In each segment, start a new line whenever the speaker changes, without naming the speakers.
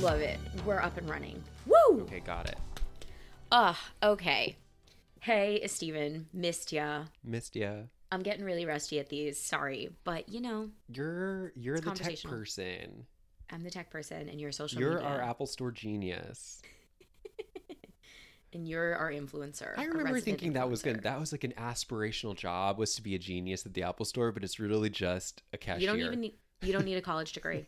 Love it. We're up and running. Woo!
Okay, got it.
Ugh, okay. Hey, Steven. Missed ya.
Missed ya.
I'm getting really rusty at these. Sorry. But, you know,
You're you're
It's
the tech
conversational.
person.
I'm the tech person and you're social
You're
media.
our Apple Store genius.
and you're our influencer.
I
our
remember
resident
thinking that was gonna
influencer.
that was like an aspirational job was to be a genius at the Apple Store, but it's really just a cashier.
You don't even need, you don't need a college degree.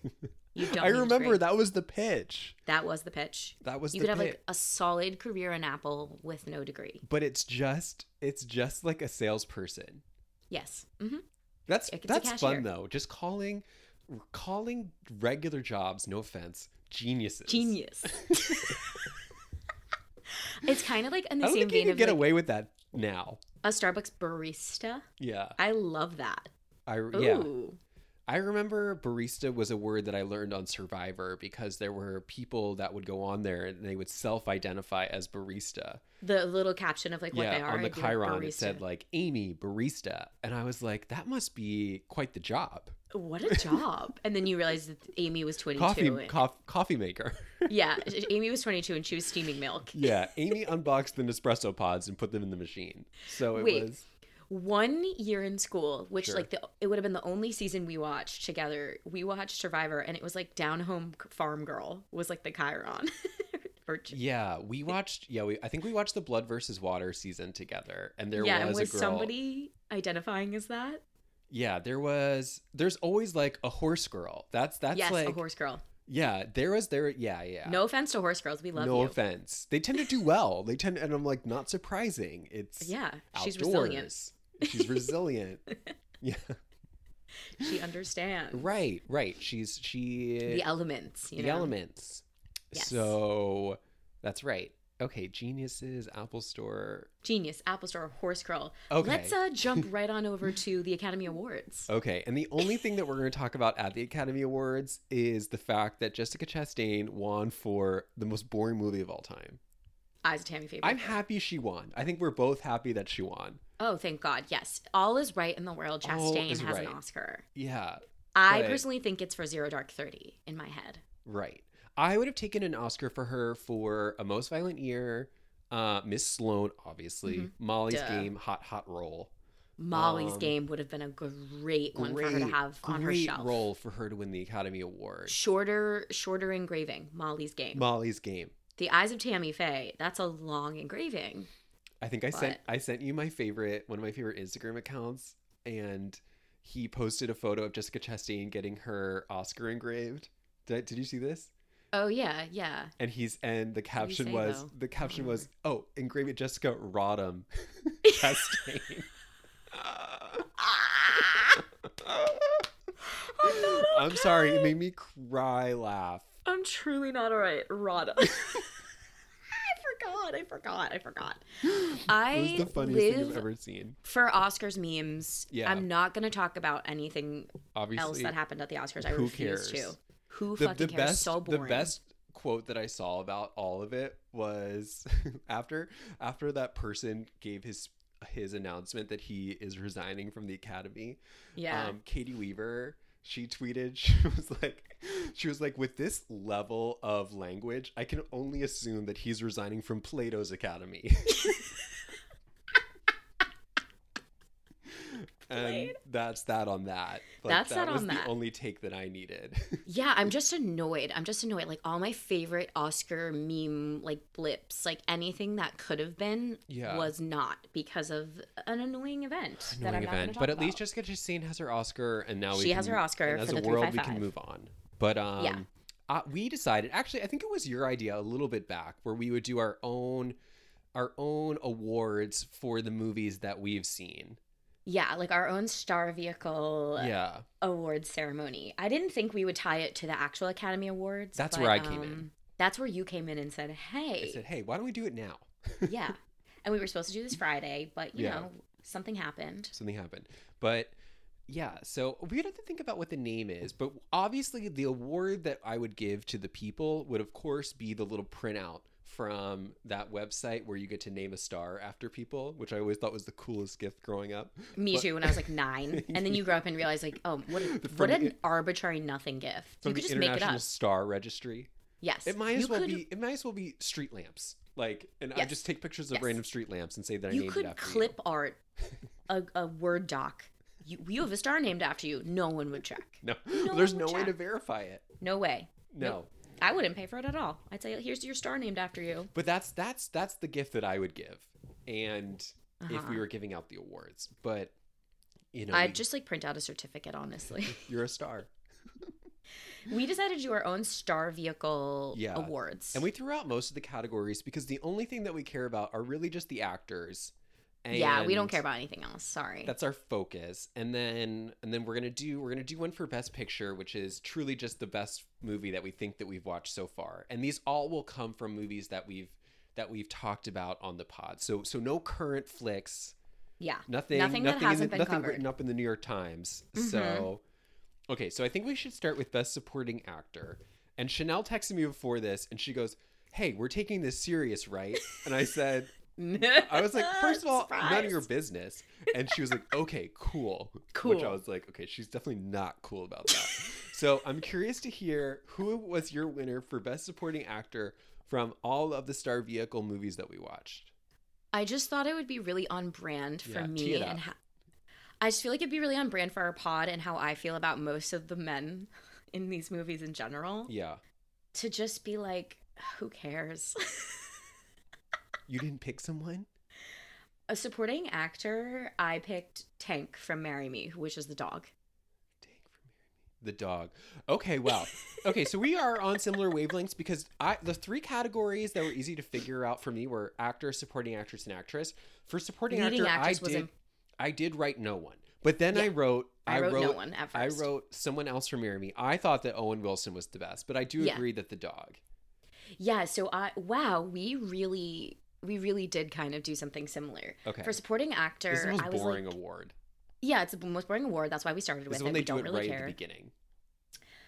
You don't.
I
need a
remember
degree.
that was the pitch.
That was the pitch.
That was
you
the
could have
pitch.
like a solid career in Apple with no degree.
but it's just it's just like a salesperson.
Yes. hmm
That's
Like, it's a
that's fun
cashier.
though. Just calling calling regular jobs, no offense, geniuses.
Genius. it's kind of like in the
I don't
same
think you
vein
can
of
get
like,
away with that now.
a Starbucks barista.
Yeah.
I love that.
I
Ooh.
yeah. I remember barista was a word that I learned on Survivor because there were people that would go on there and they would self-identify as barista.
The little caption of like what they
yeah,
are.
on the
I'd be like,
Chiron it
"Barista."
said like Amy barista, and I was like, that must be quite the job.
what a job. and then you realize that Amy was 22.
Coffee,
and-
cof- coffee maker.
yeah, Amy was 22 and she was steaming milk.
yeah, Amy unboxed the Nespresso pods and put them in the machine. So it
Wait.
was
one year in school, which
Sure.
like the, it would have been the only season we watched together. We watched Survivor, and it was like Down Home C- Farm Girl was like the Chiron. or, ch-
yeah. We watched yeah. We I think we watched the Blood versus Water season together, and there
yeah,
was,
and was
a girl.
somebody identifying as that?
Yeah, there was. There's always like a horse girl. That's that's
yes,
like
a horse girl.
Yeah, there was there. Yeah, yeah.
No offense to horse girls, we love
no
you.
offense. They tend to do well. They tend, and I'm like, not surprising. It's
Yeah, she's resilient.
outdoors. She's resilient. yeah,
She understands
right, right. She's she
the elements. You
the
know?
elements.
Yes.
So that's right. Okay, geniuses, Apple Store.
Genius, Apple Store, horse girl.
Okay. Oh.
Let's uh, jump right on over to the Academy Awards.
Okay, and the only thing that we're going to talk about at the Academy Awards is the fact that Jessica Chastain won for the most boring movie of all time.
Eyes of Tammy Faber.
I'm happy she won. I think we're both happy that she won.
oh, thank God. Yes. All is right in the world.
All
Chastain
is
has an
right.
Oscar.
Yeah,
I
But-
personally think it's for Zero Dark Thirty in my head.
Right. I would have taken an Oscar for her for A Most Violent Year, uh, Miss Sloan, obviously,
Mhm.
Molly's
Duh.
Game, Hot Hot Roll.
Molly's
Um,
Game would have been a great one for her to have on her
great
shelf.
role for her to win the Academy Award.
Shorter, shorter engraving. Molly's Game.
Molly's Game.
the Eyes of Tammy Faye. That's a long engraving.
I think I sent
What?
I sent you my favorite one of my favorite Instagram accounts, and he posted a photo of Jessica Chastain getting her Oscar engraved. Did, I, did you see this?
Oh yeah, yeah.
And he's and the caption
say,
was
though? Mm.
the caption
remember.
was oh engrave it Jessica Rodham Chastain.
Ah! I'm, not
I'm sorry, it made me cry laugh.
I'm truly not alright. Rada. I forgot. I forgot. I forgot.
It
I
was the funniest
live
thing I've ever seen.
for Oscars memes.
Yeah.
I'm not gonna talk about anything
Obviously,
else that happened at the Oscars. I
who
refuse
cares?
to. Who
the,
fucking
the
cares?
best
so
the
boring.
best quote that I saw about all of it was after after that person gave his his announcement that he is resigning from the academy.
yeah.
um, Katie Weaver. She tweeted, she was like, she was like, with this level of language, I can only assume that he's resigning from Plato's Academy. and
Played.
that's that on that.
That's
that,
that on
was
that.
the only take that I needed.
yeah, I'm just annoyed. I'm just annoyed. Like all my favorite Oscar meme like blips, like anything that could have been
Yeah.
was not because of an annoying event that I'm
Annoying
not going to talk
but at least
about.
Jessica Chastain has her Oscar, and now we
She has
can-
her Oscar
and
for
as
the
a world, we
355.
can move on. But um,
Yeah.
uh, we decided actually, I think it was your idea a little bit back where we would do our own our own awards for the movies that we've seen.
yeah, like our own star vehicle
yeah,
awards ceremony. I didn't think we would tie it to the actual Academy Awards.
That's
but,
where I came in.
um, That's where you came in and said,
I
"Hey,
said, hey, why don't we do it now?
yeah." And we were supposed to do this Friday, but you
Yeah.
know, something happened.
Something happened, but. Yeah, so we'd have to think about what the name is, but obviously the award that I would give to the people would, of course, be the little printout from that website where you get to name a star after people, which I always thought was the coolest gift growing up.
Me
But-
too. When I was like nine, and then you grow up and realize like, oh, what a- what
From the-
an arbitrary nothing gift.
From
you could
the
just make it
International
up.
Star Registry.
Yes.
It might as
You
well
could-
be. It might as well be street lamps. Like, and I
Yes.
just take pictures of
Yes.
random street lamps and say that I
You
named it
could
after
clip art a, a Word doc. You, you have a star named after you. No one would check.
You. No,
No
there's
one
no
would
way to
check.
verify it.
No way.
No.
I wouldn't pay for it at all. I'd say, here's your star named after you.
But that's that's that's the gift that I would give, and if we
Uh-huh.
were giving out the awards, but you know, we-
I'd just like print out a certificate, honestly.
you're a star,
we decided to do our own star vehicle
Yeah.
awards.
and we threw out most of the categories because the only thing that we care about are really just the actors.
yeah, we don't
and
care about anything else. Sorry.
That's our focus, and then and then we're gonna do we're gonna do one for best picture, which is truly just the best movie that we think that we've watched so far. And these all will come from movies that we've that we've talked about on the pod. So so no current flicks.
yeah.
Nothing.
Nothing
Nothing.
that
in
hasn't
the,
been
nothing
covered. Mm-hmm.
written up in the New York Times. So, okay. So I think we should start with Best Supporting Actor. And Chanel texted me before this, and she goes, "Hey, we're taking this serious, right?" And I said, "I was like, first of all, none of your business." And she was like, "Okay, cool, Which I
Cool.
was like, "Okay, she's definitely not cool about that." so I'm curious to hear who was your winner for Best Supporting Actor from all of the Star Vehicle movies that we watched.
I just thought it would be really on brand for
Yeah, tee
me
it
and
up.
ha- I just feel like it'd be really on brand for our pod and how I feel about most of the men in these movies in general
Yeah,
to just be like who cares?
you didn't pick someone.
A supporting actor, I picked Tank from Marry Me, which is the dog.
Take from Marry Me. The dog. Okay, wow. Okay, so we are on similar wavelengths because I the three categories that were easy to figure out for me were actor, supporting actress, and actress. For supporting
Leading
actor, I
actress was
did
im-
I did write no one. But then I
Yeah.
wrote
I, wrote, no one at
I
first.
wrote someone else for Marry Me. I thought that Owen Wilson was the best, but I do
Yeah.
agree that the dog.
Yeah, so I wow, we really we really did kind of do something similar.
Okay.
For supporting actor,
this is the
I
most
was
boring
like,
award.
yeah, it's the most boring award. That's why we started
This
with
is
it.
when they
we
do
don't
it
really
right
care.
at the beginning.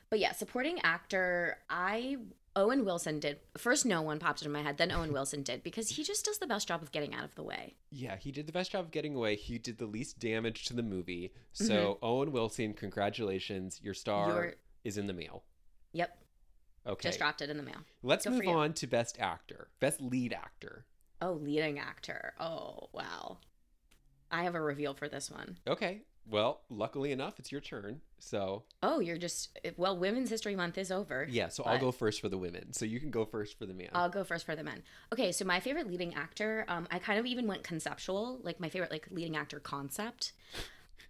But yeah, supporting actor, I Owen Wilson did first. No one popped into my head. Then Owen Wilson did because he just does the best job of getting out of the way.
Yeah, he did the best job of getting away. He did the least damage to the movie. So
Mm-hmm.
Owen Wilson, congratulations, your star
You're-
is in the mail.
Yep,
Okay.
just dropped it in the mail.
Let's
Good for
move
you.
on to best actor, best lead actor.
Oh, leading actor. Oh wow, I have a reveal for this one.
Okay. Well, luckily enough, it's your turn. So
Oh, you're just well. Women's History Month is over.
yeah, so I'll
But-
go first for the women. So you can go first for the man.
I'll go first for the men. Okay, so my favorite leading actor, um, I kind of even went conceptual, like my favorite like leading actor concept.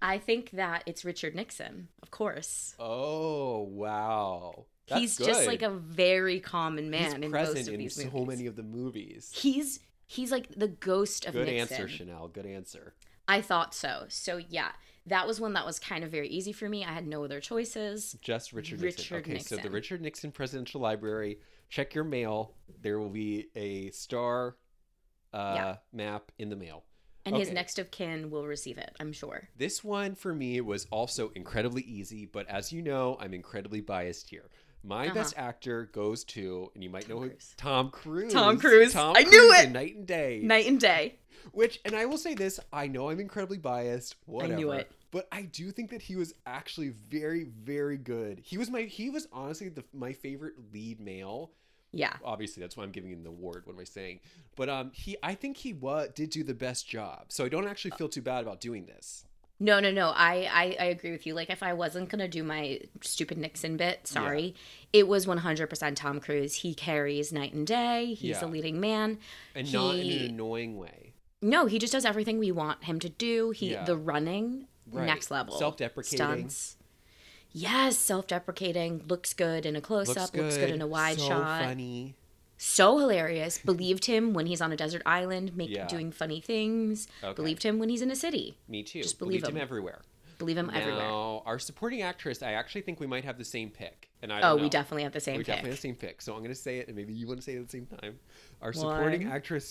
I think that it's Richard Nixon, of course.
oh wow, That's
he's just
good.
like a very common man
he's
in
present
most of
in
these
so
movies.
many of the movies.
he's he's like the ghost of
Good
Nixon.
answer, Chanel. Good answer.
I thought so. So yeah, that was one that was kind of very easy for me. I had no other choices.
Just Richard, Nixon.
Richard
Okay, so the
Nixon.
Richard Nixon Presidential Library. Check your mail. There will be a star uh,
Yeah.
map in the mail.
And his
Okay.
next of kin will receive it, I'm sure.
This one for me was also incredibly easy, but as you know, I'm incredibly biased here. My
Uh-huh.
best actor goes to, and you might
Tom
know who,
Cruise.
Tom Cruise.
Tom Cruise.
Tom
I knew
Cruise
it!
in Night and Day.
Night and day.
Which, and I will say this, I know I'm incredibly biased. Whatever.
knew it.
But I do think that he was actually very, very good. He was my, he was honestly the, my favorite lead male
Yeah.
obviously that's why I'm giving him the award. What am I saying? But um, he I think he wa- did do the best job, so I don't actually feel too bad about doing this.
No, no, no. I, I I agree with you. Like if I wasn't gonna do my stupid Nixon bit, sorry, it was 100% Tom Cruise. He carries night and day. He's
Yeah.
a leading man.
and not in
He-
an annoying way.
No, he just does everything we want him to do. He
Yeah.
the running
Right.
next level.
Self-deprecating.
Stunts. Yes, self-deprecating. Looks good in a close up, looks good in a wide
so
shot.
Funny.
So hilarious. Believed him when he's on a desert island, make,
Yeah.
doing funny things.
Okay.
Believed him when he's in a city.
Me too.
Just believe
Believed him.
him.
everywhere.
Believe him everywhere.
Now, our supporting actress, I actually think we might have the same pick. And I
Oh,
don't
we
know.
definitely have the same
We
pick.
definitely have the same pick. So I'm going to say it, and maybe you want to say it at the same time. Our supporting
One.
actress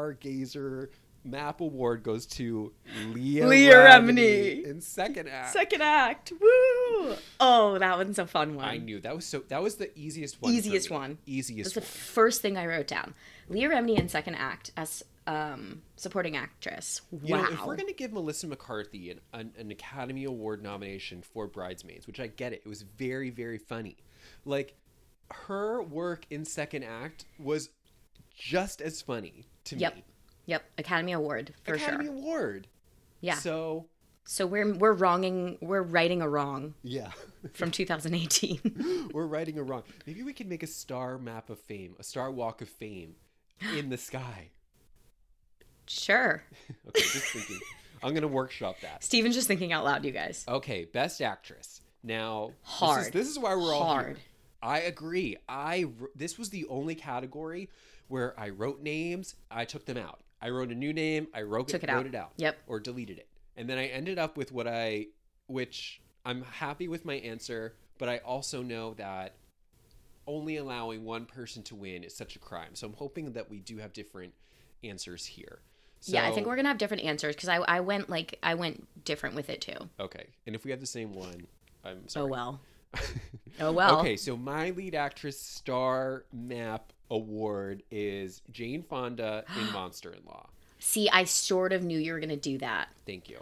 stargazer map award goes to Leah,
Leah
Remini
Remini.
in second act.
Second act. Woo! Oh, that one's a fun one.
I knew that was so. That was the easiest one. for
Easiest
me.
one. That's
Easiest
the
one.
first thing I wrote down. Leah Remini in second act as um, supporting actress. Wow.
You know, if we're gonna give Melissa McCarthy an, an, an Academy Award nomination for Bridesmaids, which I get it, it was very very funny. Like, her work in second act was just as funny to
Yep.
me.
Yep. Academy Award for
Academy
sure.
Award.
Yeah. So,
So
we're we're wronging we're righting a wrong
yeah,
from 2018.
we're righting a wrong. Maybe we can make a star map of fame, a star walk of fame, in the sky.
sure.
Okay, just thinking. I'm gonna workshop that.
Steven's just thinking out loud, you guys.
Okay, best actress. Now, This is,
Hard.
this is why we're all
Hard.
here. I agree. I wr- this was the only category where I wrote names. I took them out. I wrote a new name. I wrote
Took it
it,
out.
wrote it out.
Yep.
Or deleted it, and then I ended up with what I, which I'm happy with my answer, but I also know that only allowing one person to win is such a crime. So I'm hoping that we do have different answers here. So,
yeah, I think we're gonna have different answers because I I went like I went different with it too.
okay. And if we have the same one, I'm
Oh
sorry.
well. Oh well.
Okay, so my lead actress star map award is Jane Fonda in Monster in Law.
See, I sort of knew you were gonna do that.
Thank you.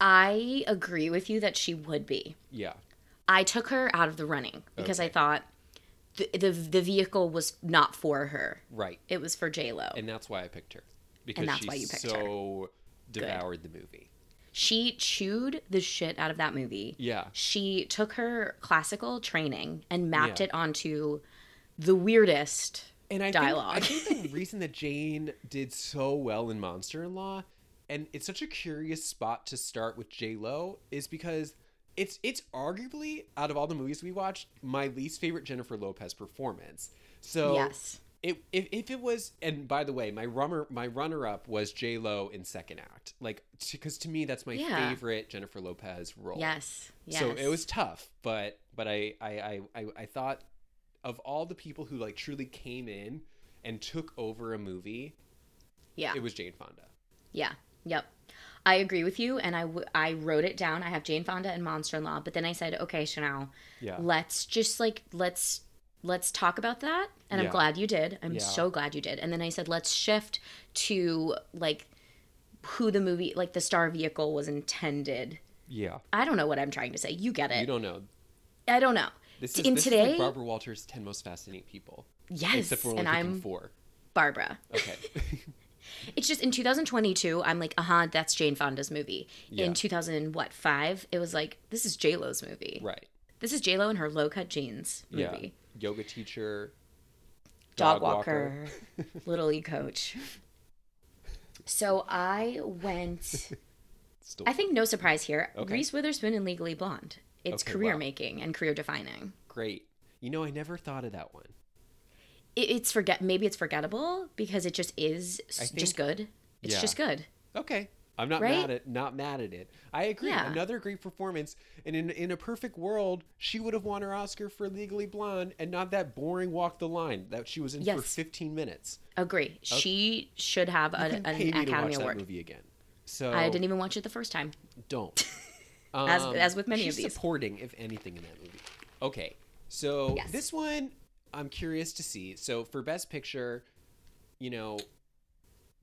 I agree with you that she would be.
Yeah.
I took her out of the running because I thought the, the the vehicle was not for her.
Right.
It was for J Lo.
And that's why I picked her. Because
that's
she
why you picked her.
so devoured the movie.
She chewed the shit out of that movie.
Yeah.
She took her classical training and mapped
Yeah.
it onto the weirdest.
And I
Dialogue.
Think, I think the reason that Jane did so well in Monster in Law, and it's such a curious spot to start with J Lo, is because it's it's arguably out of all the movies we watched, my least favorite Jennifer Lopez performance. So
Yes.
It, if, if it was and by the way my runner my runner up was J Lo in second act like because to me that's my
Yeah.
favorite Jennifer Lopez role
Yes. Yes.
so it was tough but but I I, I I I thought of all the people who like truly came in and took over a movie
Yeah.
it was Jane Fonda
Yeah. Yep. I agree with you, and I w- I wrote it down. I have Jane Fonda and Monster in Law, but then I said, okay, Chanel,
yeah
let's just like let's let's talk about that. And
Yeah.
I'm glad you did. I'm
Yeah.
so glad you did. And then I said, let's shift to like who the movie like the star vehicle was intended.
yeah
I don't know what I'm trying to say. You get it.
you don't know
I don't know.
this
T-
is,
in
this is
today,
like Barbara Walters ten most fascinating people
yes,
except for only
and
picking
I'm
four
Barbara.
okay
It's just in 2022, I'm like, uh huh, that's Jane Fonda's movie.
Yeah.
In 2000, what five? It was like this is J Lo's movie.
right
This is J Lo and her low cut jeans movie.
yeah yoga teacher
dog,
dog
walker, little league coach. So I went.
still
I think no surprise here.
Okay.
Reese Witherspoon in Legally Blonde. It's
Okay,
career
wow.
making and career defining.
great you know I never thought of that one
It, it's forget. Maybe it's forgettable because it just is s-
I
just
think-
good. It's
Yeah.
just good.
Okay. I'm not
Right?
mad at not mad at it. I agree.
Yeah.
Another great performance. And in in a perfect world, she would have won her Oscar for Legally Blonde and not that boring walk the line that she was in for
Yes.
15 minutes.
Agree. She should have
You
a,
can pay
an
me to watch
Academy
that
Award.
movie again. So
I didn't even watch it the first time.
don't. Um,
As- as with many of
she's
these.
supporting if anything in that movie. Okay, so
Yes.
this one I'm curious to see. So for Best Picture, you know,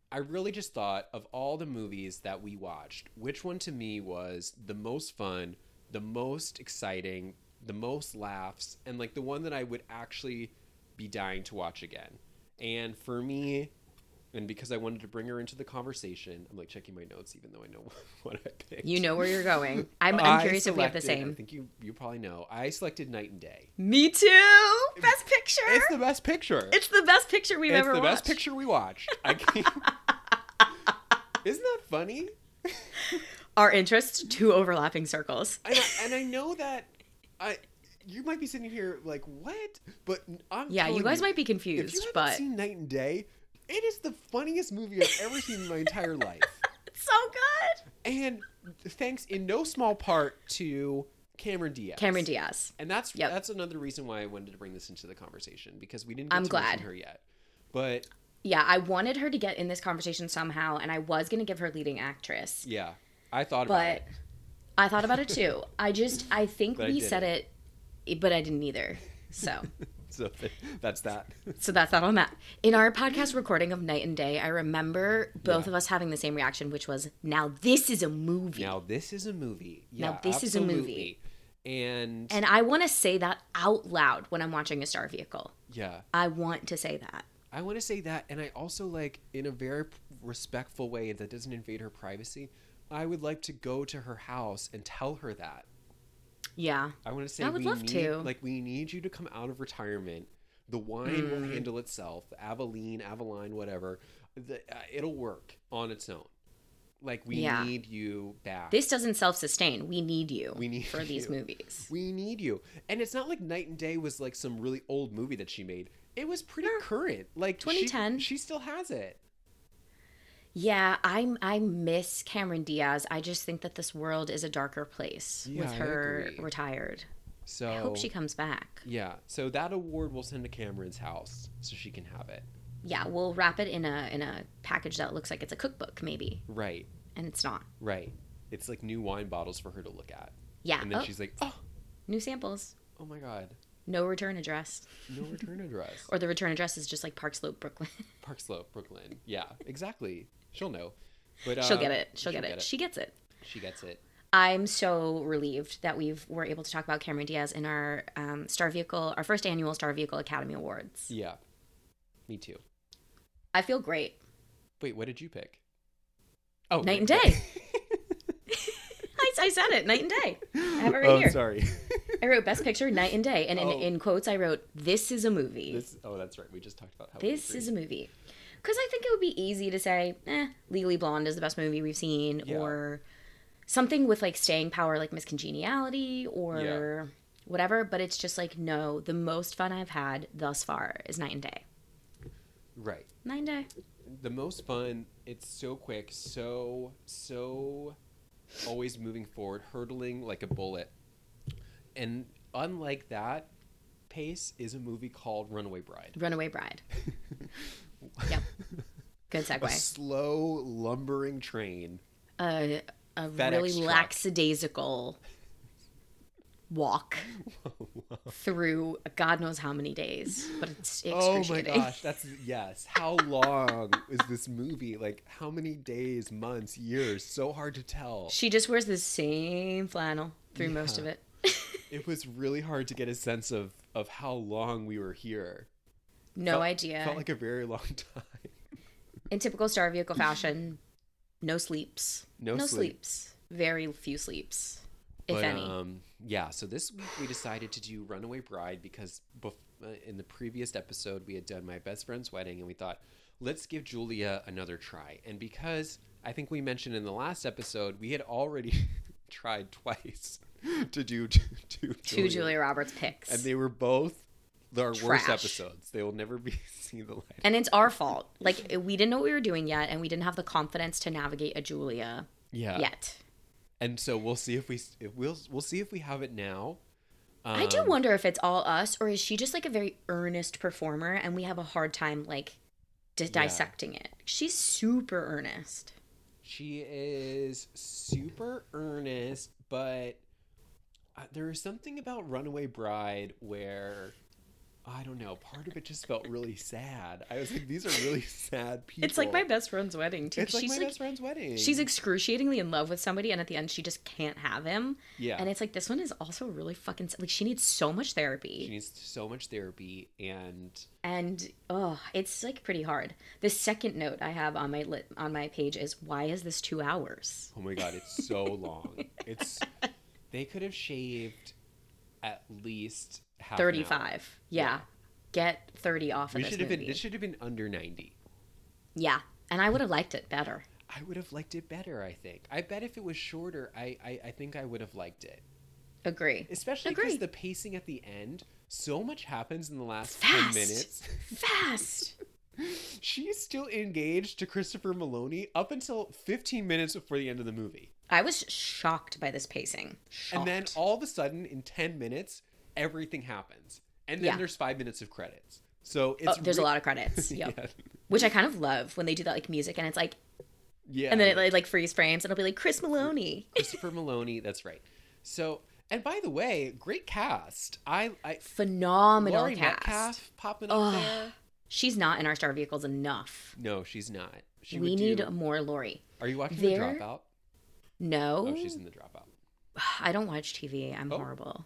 I really just thought of all the movies that we watched, which one to me was the most fun, the most exciting, the most laughs, and like the one that I would actually be dying to watch again. And for me, and because I wanted to bring her into the conversation, I'm like checking my notes, even though I know what I picked.
You know where you're going. I'm,
I
I'm curious if we have the
selected- I
same.
think you you probably know. I selected Night and Day.
Me too. Best picture. It's
It's
the,
the best picture.
best picture we've
It's
ever
the
watched.
best picture we watched. I can't... Isn't that funny?
Our interests, two overlapping circles.
And I, and I know that I you might be sitting here like what, but I'm
Yeah, you
telling
guys might be
if you
confused,
haven't
but
seen Night and Day, it is the funniest movie I've ever seen in my entire life.
it's so good.
And thanks in no small part to Cameron Diaz.
Cameron Diaz.
And that's
Yep.
that's another reason why I wanted to bring this into the conversation because we didn't. Get
I'm
to mention
glad.
her yet, but
Yeah, I wanted her to get in this conversation somehow, and I was going to give her leading actress,
yeah, I thought about
but
it.
I thought about it too. I just, I think
But I
we
didn't.
said it. but I didn't either. So,
So th- that's that.
so that's not on that. In our podcast recording of Night and Day, I remember both
Yeah.
of us having the same reaction, which was, now this is a movie.
now this is a movie. Yeah,
Now this is a movie.
absolutely. And,
And I want to say that out loud when I'm watching a star vehicle.
yeah,
I want to say that.
I want to say that. And I also like, in a very p- respectful way that doesn't invade her privacy, I would like to go to her house and tell her that.
Yeah.
I want to say
I would
we
love
need,
to.
Like we need you to come out of retirement. The wine
Mm.
will handle itself. Aveline, Aveline, whatever. The, uh, it'll work on its own. Like we
Yeah.
need you back.
This doesn't self sustain. We need you
We need
for these
you.
movies.
we need you. And it's not like Night and Day was like some really old movie that she made. It was pretty current. Like she-
2010.
she still has it.
Yeah, I I miss Cameron Diaz. I just think that this world is a darker place
Yeah,
with
I
her
agree. Oh.
retired.
So
I hope she comes back.
Yeah. So that award we'll send to Cameron's house so she can have it.
Yeah, we'll wrap it in a in a package that looks like it's a cookbook maybe,
Right.
and it's not.
Right. It's like new wine bottles for her to look at.
Yeah.
And then
oh,
she's like, "Oh,
new samples.
oh my god."
No return address.
No return address.
Or the return address is just like Park Slope, Brooklyn.
Park Slope, Brooklyn. Yeah, exactly. She'll know. But
She'll
uh,
get it. She'll, get, it. She gets it.
She gets it.
I'm so relieved that we've were able to talk about Cameron Diaz in our um, Star Vehicle, our first annual Star Vehicle Academy Awards.
Yeah. Me too.
I feel great.
Wait, what did you pick? Oh,
Night and
okay.
day. I, I said it, night and day. I have it right
oh,
here.
sorry.
I wrote best picture, night and day, and in,
Oh.
in quotes, I wrote, "This is a movie. This,
this, oh, that's right. We just talked about how we
is a movie." Because I think it would be easy to say, "Eh, Legally Blonde is the best movie we've seen,"
Yeah.
or something with like staying power, like Miss Congeniality, or
Yeah.
whatever. But it's just like, no, the most fun I've had thus far is night and day.
right.
Night and day.
The most fun. It's so quick. So so always moving forward, hurtling like a bullet. And unlike that pace is a movie called Runaway Bride.
Runaway Bride. yep. Good
A
segue.
slow lumbering train
A, a
FedEx
really
truck.
lackadaisical walk through God knows how many days, but it's
Oh my
excruciating.
gosh, that's yes. How long is this movie? Like how many days, months, years? So hard to tell.
She just wears the same flannel through most of
Yeah.
it.
It was really hard to get a sense of of how long we were here.
no
Felt-
idea.
Felt like a very long time.
In typical Star Vehicle fashion, no sleeps.
No sleep.
sleeps. Very few sleeps, if
But,
any.
um, yeah. So this week we decided to do Runaway Bride because bef- uh, in the previous episode we had done My Best Friend's Wedding, and we thought let's give Julia another try. And because I think we mentioned in the last episode, we had already tried twice to do to, to
Two Julia Roberts picks.
and they were both our worst
Trash.
episodes. They will never be see the light.
and it's our fault. Like, we didn't know what we were doing yet, and we didn't have the confidence to navigate a Julia
Yeah.
yet.
And so we'll see if we if we'll we'll see if we have it now. Um,
I do wonder if it's all us or is she just like a very earnest performer and we have a hard time like di- dissecting it. She's super earnest.
She is super earnest, but uh, there is something about Runaway Bride where I don't know. Part of it just felt really sad. I was like, these are really sad people.
It's like my best friend's wedding too.
It's like
she's
my
like
best friend's wedding.
she's excruciatingly in love with somebody and at the end she just can't have him.
yeah.
And it's like this one is also really fucking s- like she needs so much
she
therapy
needs so much therapy, and
and oh, it's like pretty hard. The second note I have on my lit on my page is why is this 2 hours?
oh my god, it's so long. It's they could have shaved at least half an hour.
35. Yeah.
Yeah.
Get 30 off of
We
this
should have been.
movie.
It should have been under ninety.
Yeah, and I would have liked it better.
I would have liked it better, I think. I bet if it was shorter, I, I, I think I would have liked it.
Agree.
Especially
Agree.
because the pacing at the end, so much happens in the last 10
Fast.
minutes.
Fast.
She's still engaged to Christopher Maloney up until 15 minutes before the end of the movie.
I was shocked by this pacing. Shocked.
And then all of a sudden, in 10 minutes, everything happens. And then
Yeah.
there's five minutes of credits. So
oh,
it's.
there's a lot of credits. Yep. Which I kind of love when they do that like music and it's like
Yeah.
and then it like, like freeze frames and it'll be like Chris Maloney.
Christopher Maloney, that's right. So, and by the way, great cast. I. I
Phenomenal
Laurie
cast.
Metcalf popping up
Ugh.
there.
She's not in our star vehicles enough.
No, she's not. She
we
would
need
Do...
more Lori.
Are you watching
there-
the Dropout?
No.
Oh, she's in the Dropout.
I don't watch TV. I'm
Oh.
horrible.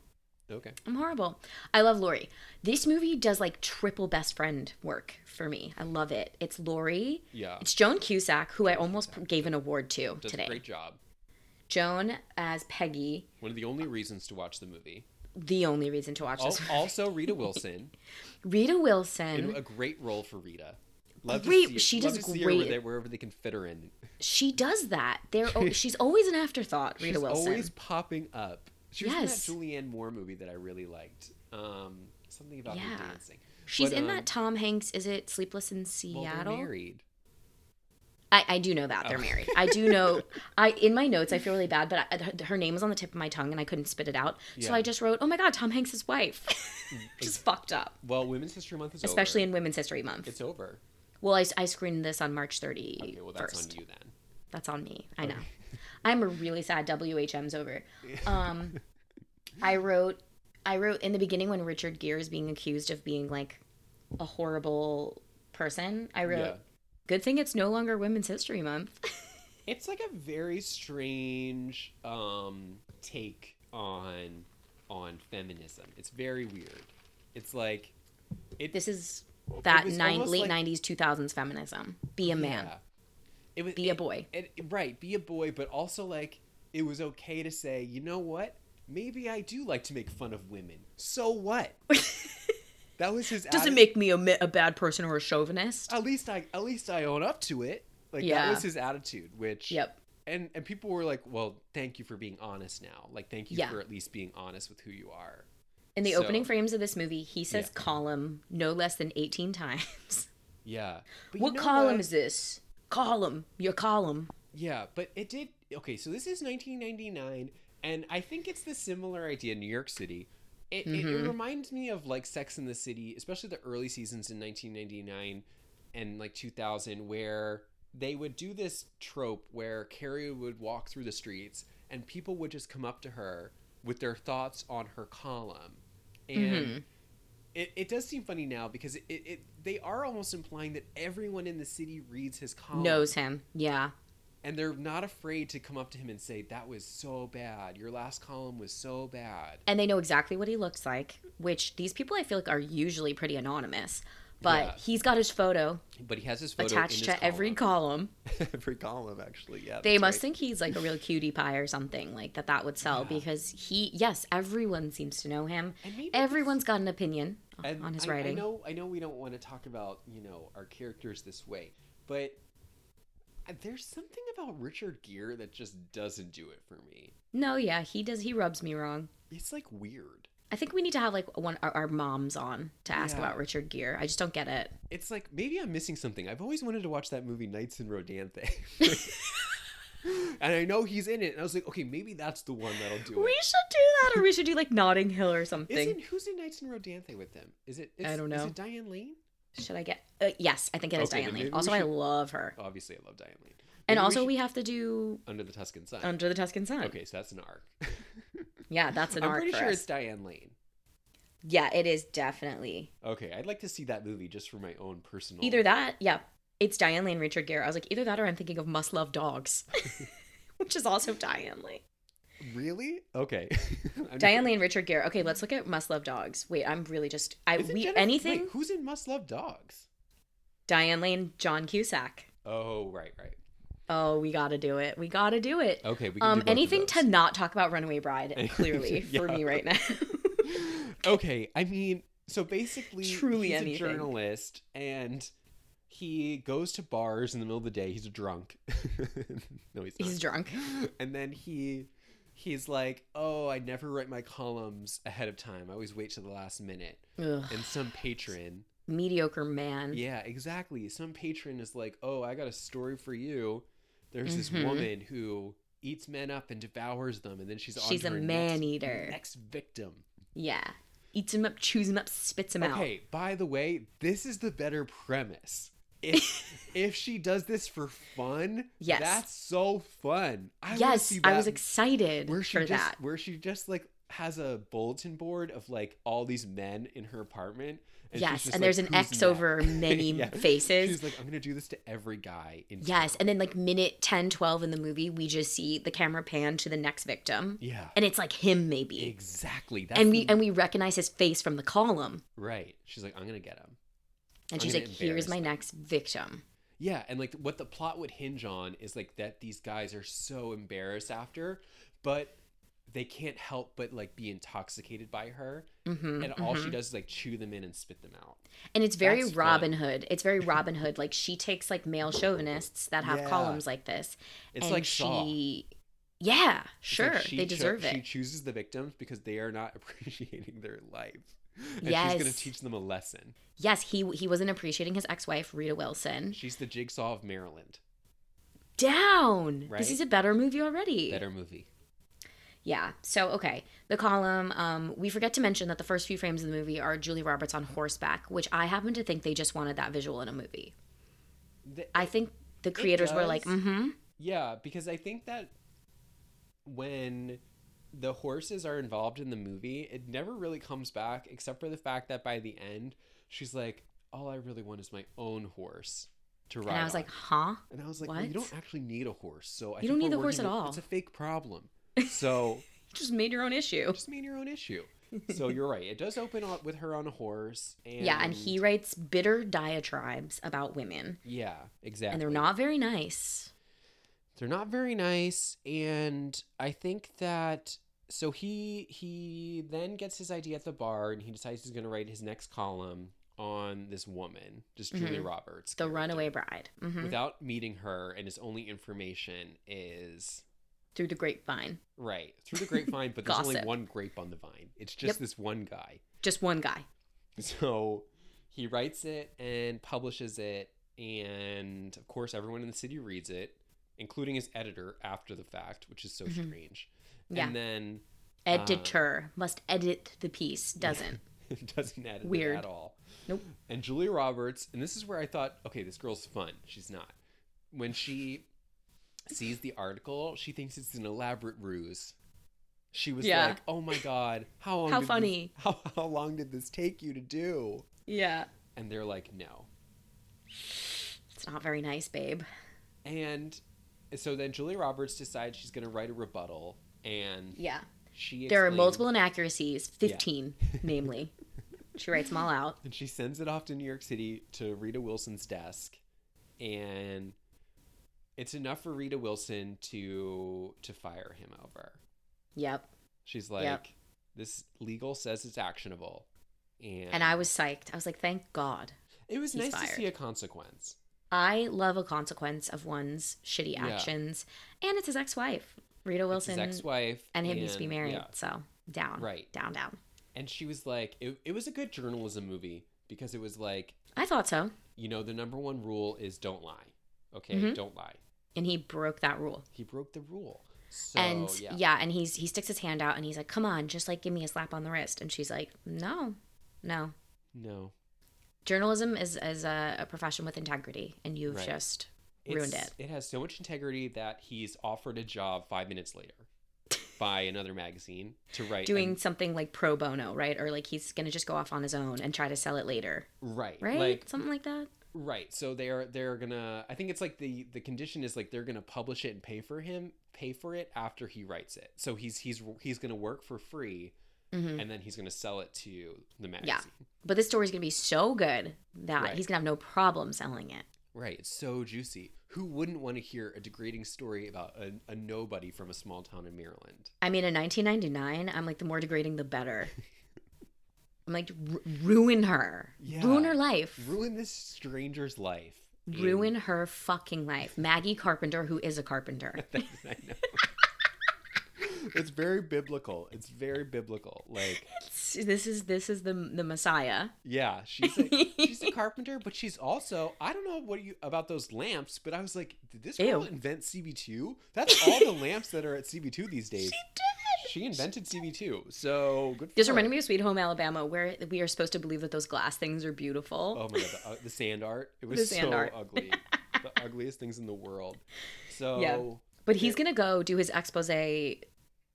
Okay.
I'm horrible. I love Lori. This movie does like triple best friend work for me. I love it. It's Lori.
Yeah.
It's Joan Cusack, who I almost gave an award to
Does
today.
a great job.
Joan as Peggy,
One of the only reasons to watch the movie.
the only reason to watch
Al-
this.
also, Rita Wilson
Rita
in
Wilson,
a great role for Rita. Love
Great-
To see,
she
love
does
to see her where
great.
they- wherever they can fit her in.
she does that. They're, oh, she's always an afterthought, Rita
She's
Wilson.
always popping up. She was
Yes.
in that Julianne Moore movie that I really liked. Um, something about her
Yeah.
dancing.
She's
But,
in
um,
that Tom Hanks, is it Sleepless in
Well, they're
Seattle?
married.
I, I do know that they're
Oh.
married. I do know. I in my notes I feel really bad, but I, her- her name was on the tip of my tongue and I couldn't spit it out.
Yeah.
So I just wrote, "Oh my God, Tom Hanks' wife." just fucked up,
Well, Women's History Month is
especially
over.
in Women's History Month.
it's over.
well, I, I screened this on March 31st.
Okay, well, that's on you then.
That's on me. I know. I'm a really sad WHM's over. Um, I wrote, I wrote in the beginning when Richard Gere is being accused of being like a horrible person. I wrote,
Yeah.
"Good thing it's no longer Women's History Month."
It's like a very strange um, take on on feminism. It's very weird. It's like it,
this is that
was
nine,
almost
late
like-
90s 2000s feminism be a man
yeah. It was
be a
it-
boy
it- right, be a boy, but also like it was okay to say, you know what? Maybe I do like to make fun of women. So what? that Oh, was his.
doesn't
atti-
make me a, mi- a bad person or a chauvinist
At least I at least I own up to it. Like that
Yeah.
was his attitude, which
yep
and and people were like, "Well, thank you for being honest now. Like, thank you
Yeah.
for at least being honest with who you are."
in the
So-
opening frames of this movie he says
Yeah.
column no less than 18 times
Yeah. But you
what
know
column
what?
is this column your column
Yeah, but it did. Okay, so this is 1999, and I think it's the similar idea. New York City. It, it, it
Mhm.
reminds me of like Sex in the City, especially the early seasons in 1999 and like 2000, where they would do this trope where Carrie would walk through the streets and people would just come up to her with their thoughts on her column, and
Mhm.
it, it does seem funny now because it, it, they are almost implying that everyone in the city reads his column
knows him yeah
and they're not afraid to come up to him and say that was so bad your last column was so bad
and they know exactly what he looks like which these people i feel like are usually pretty anonymous but
Yeah.
he's got his photo,
but he has his photo
attached
in his
to every column
every column actually yeah
they
that's
must
right.
think he's like a real cutie pie or something like that that would sell
Yeah.
because he yes everyone seems to know him
and maybe
everyone's got an opinion on-
and
on his
I,
writing
I know i know we don't want to talk about you know our characters this way but there's something about richard gere that just doesn't do it for me
no yeah he does he rubs me wrong
it's like weird
i think we need to have like one our, our moms on to ask
Yeah.
about richard gere i just don't get it
it's like maybe I'm missing something. I've always wanted to watch that movie Knights in Rodanthe. and I know he's in it. And I was like, okay, maybe that's the one that'll do
we
it.
should do that or we should do like notting hill or something
Isn't who's in Knights in Rodanthe with them? Is it
I don't
Is
know.
it Diane Lane?
should i get uh, yes i think it is
Okay,
diane
then maybe
lane
we
also i
should-
love her
Obviously I love Diane Lane.
and
Maybe
also
should-
we have to do
Under the Tuscan Sun.
under the tuscan sun
okay, so that's an arc.
yeah that's an
I'm
arc
pretty
for
sure
us.
it's Diane Lane.
yeah it is definitely
Okay, I'd like to see that movie just for my own personal
Either that, yeah, it's Diane Lane, Richard Gere. I was like, either that or I'm thinking of Must Love Dogs, which is also Diane Lane.
Really? Okay. I'm-
Diane Lane, Richard Gere. Okay, let's look at Must Love Dogs. Wait, I'm really just I
Isn't
we
Jennifer-
anything.
Wait, who's in Must Love Dogs?
Diane Lane, John Cusack.
Oh, right, right.
Oh, we gotta do it. We gotta do it.
Okay, Uh, we can do
Um,
both of
anything to
those.
not talk about Runaway Bride, clearly for
Yeah.
me right now.
okay, I mean, so basically,
Truly
he's
anything.
a journalist, and he goes to bars in the middle of the day. He's a drunk. no, he's not.
He's drunk.
and then he he's like, "Oh, I never write my columns ahead of time. I always wait till the last minute."
Ugh,
And some patron,
mediocre man.
yeah, exactly. Some patron is like, "Oh, I got a story for you." There's this
Mhm.
woman who eats men up and devours them, and then she's on
She's
to
a
her
man
next,
eater.
next victim.
Yeah, eats him up, chews him up, spits him out.
Okay, by the way, this is the better premise. If if she does this for fun,
Yes.
that's so fun. I wanna
yes,
see
I was
that.
excited
where she
for
just
that.
where she just like has a bulletin board of like all these men in her apartment she's
yes,
just
and
like,
there's an
"Who's
X
next?"
over many
Yeah.
faces.
She's like, I'm gonna do this to every guy. In
Yes, and then like minute 10, 12 in the movie, we just see the camera pan to the next victim.
Yeah.
And it's like him maybe.
Exactly. That's
and we
the-
and we recognize his face from the column.
right. She's like, I'm gonna get him.
And
I'm
she's
gonna
like, here's
embarrass
my
them.
next victim.
Yeah, and like what the plot would hinge on is like that these guys are so embarrassed after, but they can't help but like be intoxicated by her,
Mm-hmm,
and all she does is like chew them in and spit them out.
and it's very
That's
Robin
fun.
Hood. It's very Robin Hood. Like she takes like male chauvinists that have
Yeah.
columns like this.
It's
and
like Saw. It's like
she Yeah, sure.
she
they
cho-
deserve
She
it.
chooses the victims because they are not appreciating their life, and she's gonna
Yes.
teach them a lesson.
Yes, he he wasn't appreciating his ex-wife Rita Wilson.
She's the jigsaw of Maryland.
Down.
Right?
This is a better movie already.
Better movie.
Yeah. So okay, the column. Um, we forget to mention that the first few frames of the movie are Julie Roberts on horseback, which I happen to think they just wanted that visual in a movie.
Th-
I think the creators were like,
does.
mm-hmm.
Yeah, because I think that when the horses are involved in the movie, it never really comes back, except for the fact that by the end, she's like, "All I really want is my own horse to ride."
And I was
on."
like, huh?
and I was like, well,
what?
you don't actually need a horse, so I
You
think
don't need
we're
the horse
working
at
with-
all."
It's a fake problem, so
You just made your own issue.
just mean your own issue. So you're right. It does open up with her on a horse, and
Yeah, and he writes bitter diatribes about women,
yeah, exactly,
and they're not very nice.
they're not very nice and i think that so he he then gets his idea at the bar and he decides he's going to write his next column on this woman just
Mm-hmm.
julia roberts
The
character,
runaway bride hmm
without meeting her and his only information is
through the grapevine.
right through the grapevine but there's only
Gossip.
one grape on the vine it's just
Yep.
this one guy
Just one guy.
so he writes it and publishes it and of course everyone in the city reads it including his editor after the fact which is so
Mhm.
strange
Yeah.
and then Uh,
Editor must edit the piece. Doesn't.
doesn't edit
Weird.
it at all
Nope.
and julia roberts and this is where i thought okay this girl's fun she's not when she sees the article she thinks it's an elaborate ruse she was
Yeah.
like oh my god how long
How
did this-
funny.
how, how long did this take you to do
Yeah.
and they're like no
It's not very nice, babe.
And so then Julia Roberts decides she's going to write a rebuttal, and
Yeah.
she
There are
explains-
multiple inaccuracies, 15 namely. She writes them all out.
and she sends it off to New York City to Rita Wilson's desk, and it's enough for Rita Wilson to to fire him over.
Yep.
She's like,
Yep.
"This legal says it's actionable," and
And I was psyched. I was like, thank God.
it was
he's
nice to
fired.
see a consequence.
I love a consequence of one's shitty
Yeah.
actions. And it's his ex wife, Rita
It's
Wilson.
his ex-wife
and him used to be
and-
married.
yeah.
So down.
Right.
Down, down.
And she was like, it, "It was a good journalism movie because it was like
I thought so.
you know the number one rule is don't lie okay
Mhm.
don't lie
And he broke that rule.
he broke the rule so
and
yeah.
yeah. and he's he sticks his hand out and he's like, Come on, just like give me a slap on the wrist. And she's like, No, no.
no
Journalism is, is a, a profession with integrity, and you've
Right.
just Ruined
It's- it has so much integrity that he's offered a job five minutes later by another magazine to write
doing
an-
something like pro bono, right? Or like he's gonna just go off on his own and try to sell it later,
right
right?
like
something like that.
right so they're they're gonna i think it's like the the condition is like they're gonna publish it and pay for him pay for it after he writes it so he's he's he's gonna work for free
hmm
and then he's gonna sell it to the magazine
But this story's gonna be so good that
Right.
he's gonna have no problem selling it.
Right, it's so juicy. Who wouldn't want to hear a degrading story about a, a nobody from a small town in Maryland?
I mean, in 1999, I'm like, the more degrading, the better. I'm like, ru ruin her,
Yeah.
ruin her life,
Ruin this stranger's life. in-
ruin her fucking life. Maggie Carpenter, who is a carpenter.
I know. it's very biblical. It's very biblical. Like,
It's- this is this is the the Messiah.
yeah, she's a, she's a carpenter, but she's also I don't know what you about those lamps, but I was like, did this
Ew.
girl invent CB2? That's all the lamps that are at CB2 these days. She invented CB2, so good.
This
for her.
reminded me of Sweet Home Alabama, where we are supposed to believe that those glass things are beautiful.
Oh my god, the, uh, the sand art. It was
The sand
so
art.
ugly. the ugliest things in the world. So
But he's gonna go do his expose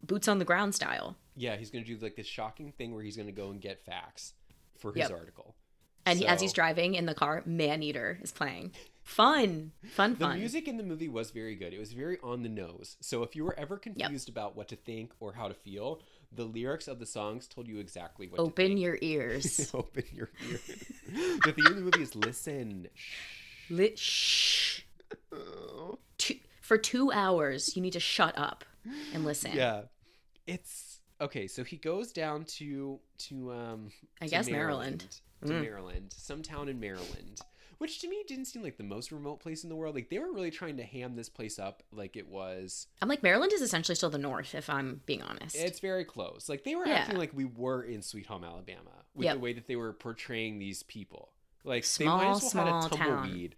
boots on the ground style.
yeah, he's gonna do like this shocking thing where he's gonna go and get facts for his
Yep.
article.
And he, as
So-
he's driving in the car, Man Eater is playing. Fun, fun,
The
fun.
music in the movie was very good. It was very on the nose. So if you were ever confused about what to think or how to feel, the lyrics of the songs told you exactly what to
Open
think.
your ears.
Open your ears. the theme of the movie is listen.
Lit- shh. Two, for two hours, you need to shut up and listen.
Yeah. It's okay, so he goes down to to um
I
to
guess Maryland.
To
Mm.
Maryland. Some town in Maryland. Which to me didn't seem like the most remote place in the world. Like they were really trying to ham this place up like it was
I'm like, Maryland is essentially still the North, if I'm being honest.
It's very close. Like they were
Yeah.
acting like we were in Sweet Home Alabama with
Yep.
the way that they were portraying these people. Like they
Small,
might as well had
small
a
town.
tumbleweed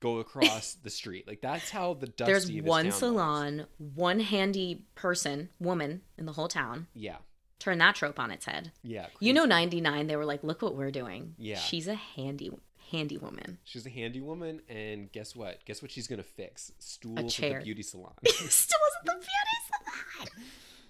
go across the street. Like that's how the dusty.
There's
this town
one
was.
salon, one handy person, woman in the whole town.
Yeah,
Turn that trope on its head.
yeah.
You know,
crazy.
99, they were like, look what we're doing.
Yeah.
She's a handy, handy woman.
she's a handy woman, and guess what? Guess what? She's gonna fix stools at
chair.
the beauty salon.
Still wasn't the beauty salon.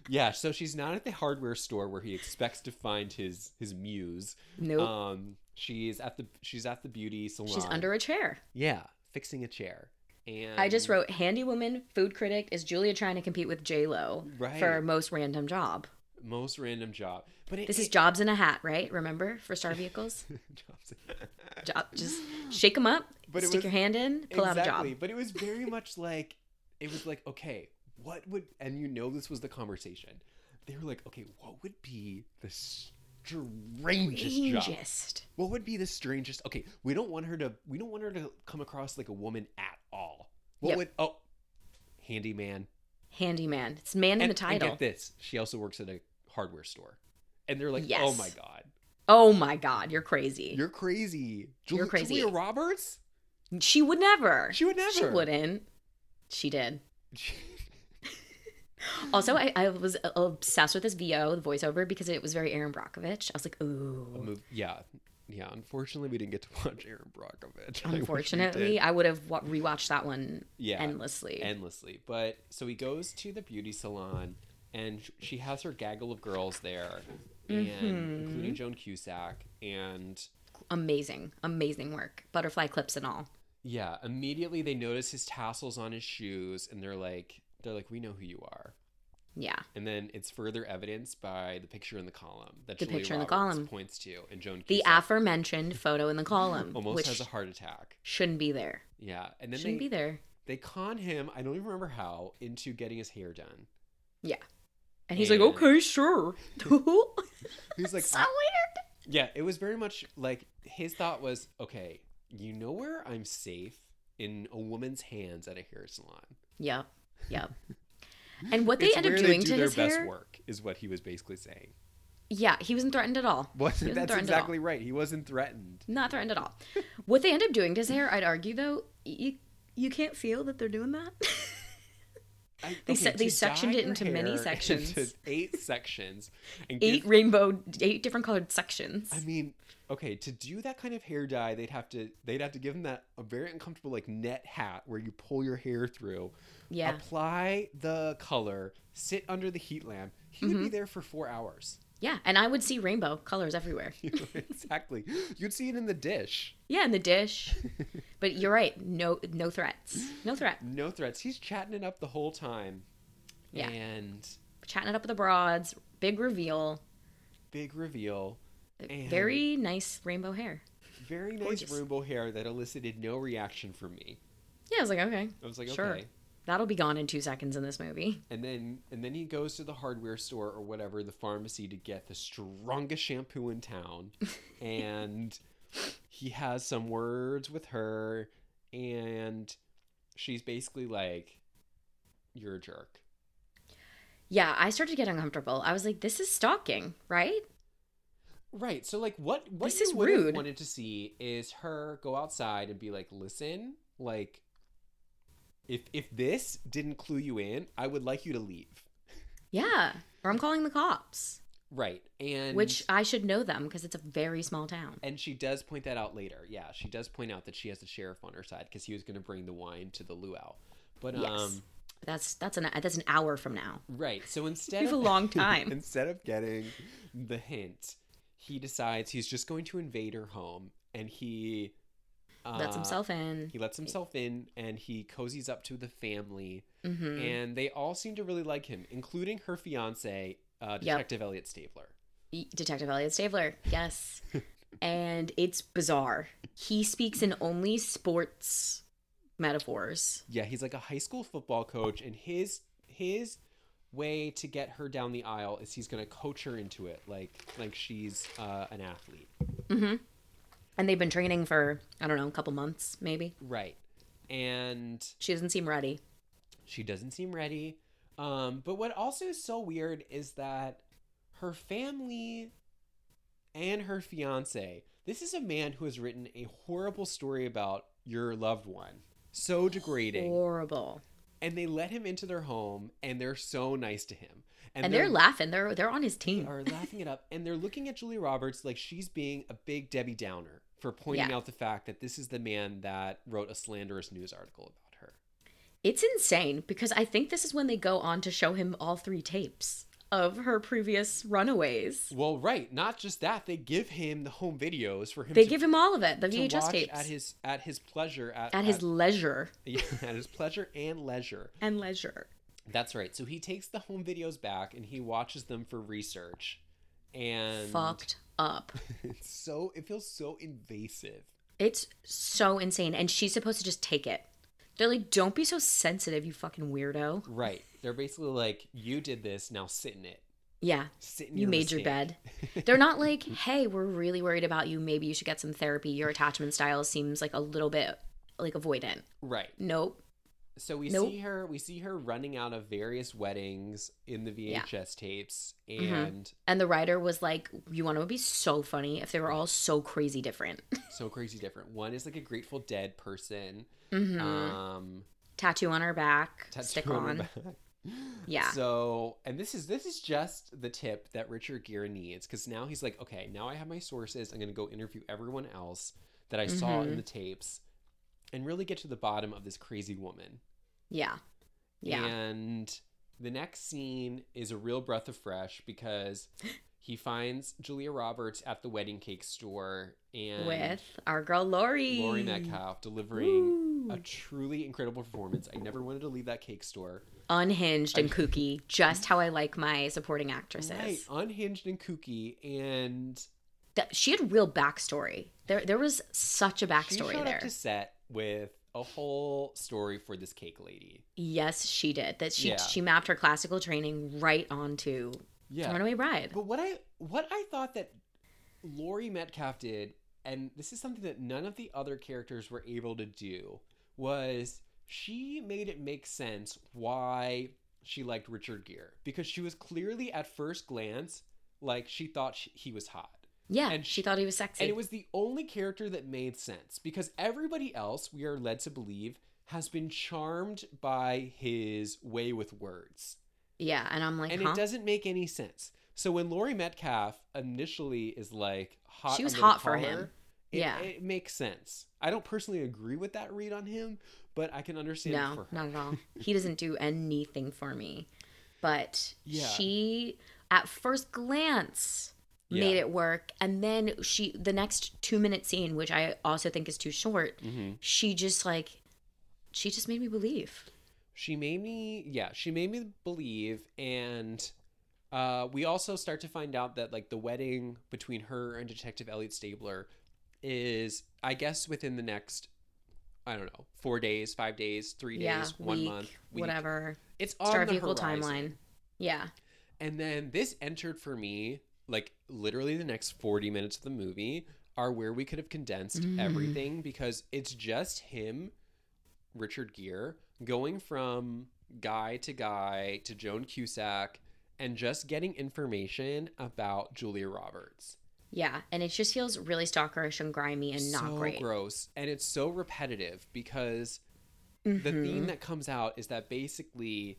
yeah, so she's not at the hardware store where he expects to find his his muse.
Nope.
Um, she's at the she's at the beauty salon.
She's under a chair.
Yeah, fixing a chair. And
I just wrote handy woman, food critic. Is Julia trying to compete with J Lo
Right.
for most random job?
most random job. But it,
This
is
is jobs in a hat, right? Remember for star vehicles,
jobs.
job just shake them up,
But it
stick
was-
your hand in, pull
exactly,
out a job.
but it was very much like it was like okay, what would and you know this was the conversation. They were like, okay, what would be the strangest job?
Strangest.
What would be the strangest? Okay, we don't want her to. We don't want her to come across like a woman at all. What
Yep.
would oh, handyman
handyman. It's man in the title.
And get this, she also works at a hardware store, and they're like, oh
Yes.
my god,
oh my god, you're crazy.
you're crazy. Jul-
You're crazy.
Julia Roberts.
she would never.
She would
She
never.
wouldn't. She did. Also, I, I was obsessed with this VO, the voiceover, because it was very Aaron Brockovich. I was like,
A
ooh.
mov- yeah, yeah. Unfortunately, we didn't get to watch Aaron Brockovich. I wish we
Unfortunately,
did.
I would have wa- rewatched that one
yeah,
endlessly.
endlessly. But so he goes to the beauty salon, and sh- she has her gaggle of girls there, and
Mm-hmm.
including Joan Cusack, and
amazing, amazing work. Butterfly clips and all.
yeah, immediately they notice his tassels on his shoes, and they're like, they're like, we know who you are.
Yeah.
And then it's further evidenced by the picture in the column that
The
Julia
picture in the
Roberts
column.
points to, and Joan
The
Cusack
aforementioned photo in the column,
almost
which
has a heart attack.
shouldn't be there.
Yeah, and then
Shouldn't
they
be there.
they con him i don't even remember how into getting his hair done
Yeah. And he's
And-
like, okay, sure.
he's like
so
I-
weird.
yeah it was very much like his thought was okay you know where i'm safe in a woman's hands at a hair salon
Yep. Yep. And what they
It's
end up
where
doing
do
to
their
his
best
hair,
work is what he was basically saying
yeah, he wasn't threatened at all.
was
He wasn't
that's
threatened at all.
exactly right he wasn't threatened
Not threatened at all. what they end up doing to his hair, I'd argue though, you you can't feel that they're doing that.
I-
They se-
to
they sectioned
dye
it
your
into many
hair
sections.
into eight sections and
eight
give-
rainbow, eight different colored sections.
I mean, okay, to do that kind of hair dye, they'd have to they'd have to give him that a very uncomfortable like net hat where you pull your hair through.
Yeah.
Apply the color, sit under the heat lamp. He
Mm-hmm.
would be there for 4 hours.
yeah, and I would see rainbow colors everywhere.
exactly. You'd see it in the dish.
Yeah, in the dish. but you're right. No, no threats. No threat.
No threats. He's chatting it up the whole time.
Yeah.
And
Chatting it up with the broads. Big reveal.
big reveal. And
Very nice rainbow hair.
very nice
gorgeous.
rainbow hair that elicited no reaction from me.
Yeah, I was like, okay,
I was like,
sure.
okay.
That'll be gone in two seconds in this movie.
and then and then he goes to the hardware store or whatever the pharmacy to get the strongest shampoo in town and he has some words with her and she's basically like you're a jerk
Yeah, I started to get uncomfortable. I was like, this is stalking, right?
right so like what what
This
you
is
would have
rude.
wanted to see is her go outside and be like listen like if if this didn't clue you in i would like you to leave
Yeah. Or I'm calling the cops,
right and
which I should know them because it's a very small town.
And she does point that out later. Yeah, she does point out that she has the sheriff on her side because he was going to bring the wine to the luau. But
Yes.
um,
That's that's an that's an hour from now.
right. So instead
We have
of
a long time.
instead of getting the hint, he decides he's just going to invade her home and he uh,
Lets himself in.
He lets himself in, and he cozies up to the family,
Mm-hmm.
and they all seem to really like him, including her fiance, uh, Detective Elliot Stabler.
Detective Elliot Stabler. Yes. and it's bizarre. He speaks in only sports metaphors.
Yeah, he's like a high school football coach, and his his way to get her down the aisle is he's gonna coach her into it, like like she's uh, an athlete,
Mm-hmm. And they've been training for, I don't know, a couple months maybe.
right? And
She doesn't seem ready.
she doesn't seem ready. Um, but what also is so weird is that her family and her fiance. This is a man who has written a horrible story about your loved one. So degrading.
Oh. Horrible.
and they let him into their home and they're so nice to him
And, they're, laughing. They're they're on his team.
are laughing it up and they're looking at julie roberts like she's being a big debbie downer for pointing
Yeah.
out the fact that this is the man that wrote a slanderous news article about her
It's insane because I think this is when they go on to show him all three tapes of her previous runaways.
well right not just that they give him the home videos for him
They
to,
give him all of it, the
to
VHS
watch
tapes.
at his at his pleasure at,
at his leisure
at, at his pleasure and leisure
and leisure.
that's right so he takes the home videos back and he watches them for research and
Fucked up.
it's so it feels so invasive
It's so insane. And she's supposed to just take it. They're like, don't be so sensitive, you fucking weirdo.
Right. They're basically like, you did this, now sit in it.
Yeah.
Sit in
You
your
made your
mistake."
bed. They're not like, hey, we're really worried about you. Maybe you should get some therapy. Your attachment style seems like a little bit like avoidant.
Right.
Nope.
So we
Nope.
see her we see her running out of various weddings in the VHS tapes
Mm-hmm.
and
And the writer was like, you want to be so funny if they were all so crazy different.
so crazy different. One is like a Grateful Dead person.
hmm
Um
Tattoo on her back,
tattoo
stick
on her
on.
back.
Yeah.
So and this is this is just the tip that Richard Gere needs because now he's like, okay, now I have my sources. I'm gonna go interview everyone else that I saw
Mm-hmm.
in the tapes and really get to the bottom of this crazy woman.
Yeah. Yeah.
And the next scene is a real breath of fresh because he finds Julia Roberts at the wedding cake store and
With our girl Lori.
Lori Metcalf delivering
Woo.
a truly incredible performance. I never wanted to leave that cake store.
unhinged and kooky, just how I like my supporting actresses.
Right, unhinged and kooky, and
That, she had real backstory. There, there was such a
she
backstory
showed
there.
up to set with a whole story for this cake lady.
Yes, she did. That she
Yeah.
she mapped her classical training right onto
Yeah,
Runaway Bride.
But what I what I thought that Lori Metcalf did, and this is something that none of the other characters were able to do, was she made it make sense why she liked Richard Gere because she was clearly at first glance like she thought she, he was hot.
Yeah,
and
she
she-
thought he was sexy.
And it was the only character that made sense because everybody else we are led to believe has been charmed by his way with words
yeah, and I'm like,
and
huh?
it doesn't make any sense. So when Lori Metcalf initially is like hot,
She was
I'm gonna
hot for
call
him.
her, It,
Yeah.
it makes sense. I don't personally agree with that read on him, but I can understand it
no,
for her.
not at all. He doesn't do anything for me. But
Yeah.
she, at first glance, made
Yeah.
it work, and then she the next two minute scene, which I also think is too short.
Mhm.
she just like she just made me believe
She made me, yeah, she made me believe, and uh, we also start to find out that like the wedding between her and Detective Elliot Stabler is, I guess, within the next, I don't know, four days, five days, three days,
yeah
one
week,
month, week.
whatever
It's on
star
the
vehicle
horizon.
timeline yeah
And then this entered for me, like literally the next 40 minutes of the movie are where we could have condensed
Mm.
everything because it's just him, Richard Gere, going from guy to guy to Joan Cusack and just getting information about Julia Roberts.
yeah and it just feels really stalkerish and grimy and not
so
great
gross. And it's so repetitive because the
Mhm.
theme that comes out is that basically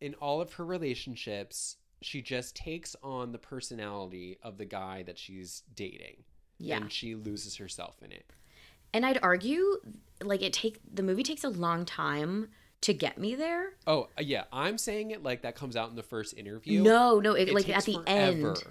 in all of her relationships she just takes on the personality of the guy that she's dating
yeah
and she loses herself in it
and i'd argue like it take the movie takes a long time to get me there
oh uh, yeah i'm saying it like that comes out in the first interview
no no it,
It
like
takes
at the
forever.
end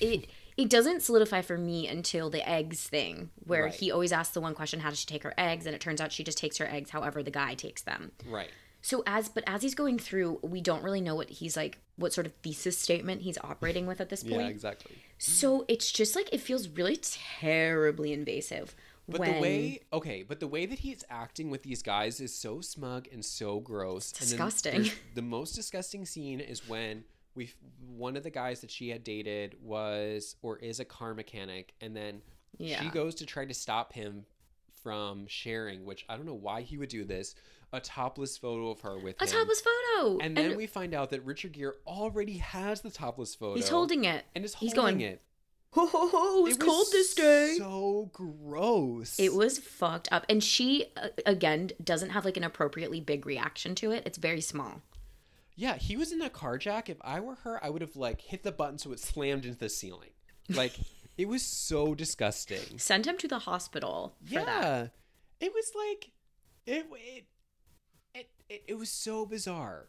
it it doesn't solidify for me until the eggs thing, where
Right.
he always asks the one question, "How does she take her eggs?" And it turns out she just takes her eggs however the guy takes them.
Right.
So as but as he's going through, we don't really know what he's like, what sort of thesis statement he's operating with at this point.
Yeah, exactly.
So it's just like it feels really terribly invasive.
But the way okay, but the way that he's acting with these guys is so smug and so gross.
It's
And then
disgusting.
there's- the most disgusting scene is when we one of the guys that she had dated was or is a car mechanic, and then she
Yeah.
goes to try to stop him from sharing, which I don't know why he would do this. A topless photo of her with
a
him.
topless photo,
and then we find out that Richard Gere already has the topless photo.
he's holding it.
and is
he's
holding
going,
it.
Ho ho ho! It's
It was
cold this day.
So gross.
It was fucked up. And she, uh, again, doesn't have like an appropriately big reaction to it. It's very small.
Yeah, he was in a car jack. If I were her, I would have like hit the button so it slammed into the ceiling. Like it was so disgusting.
Send him to the hospital for
yeah,
that.
it was like it it, it it it was so bizarre.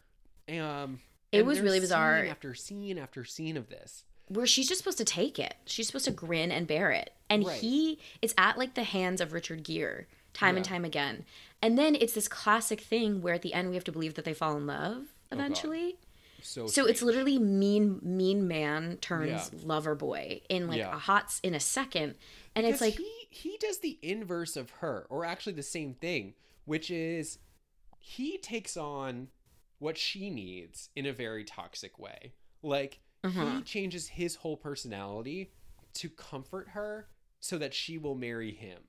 Um,
It
and
was
there's
really bizarre.
scene after scene after scene of this.
Where she's just supposed to take it. She's supposed to grin and bear it. And
Right.
he, it's at like the hands of Richard Gere time and
Yeah.
time again. And then it's this classic thing where at the end we have to believe that they fall in love
Oh, God.
eventually.
So
so it's
strange.
literally mean mean man turns
Yeah.
lover boy in like
Yeah.
a hot s- in a second and it's like
Because he he does the inverse of her, or actually the same thing, which is he takes on what she needs in a very toxic way. Like he
Uh-huh.
changes his whole personality to comfort her so that she will marry him.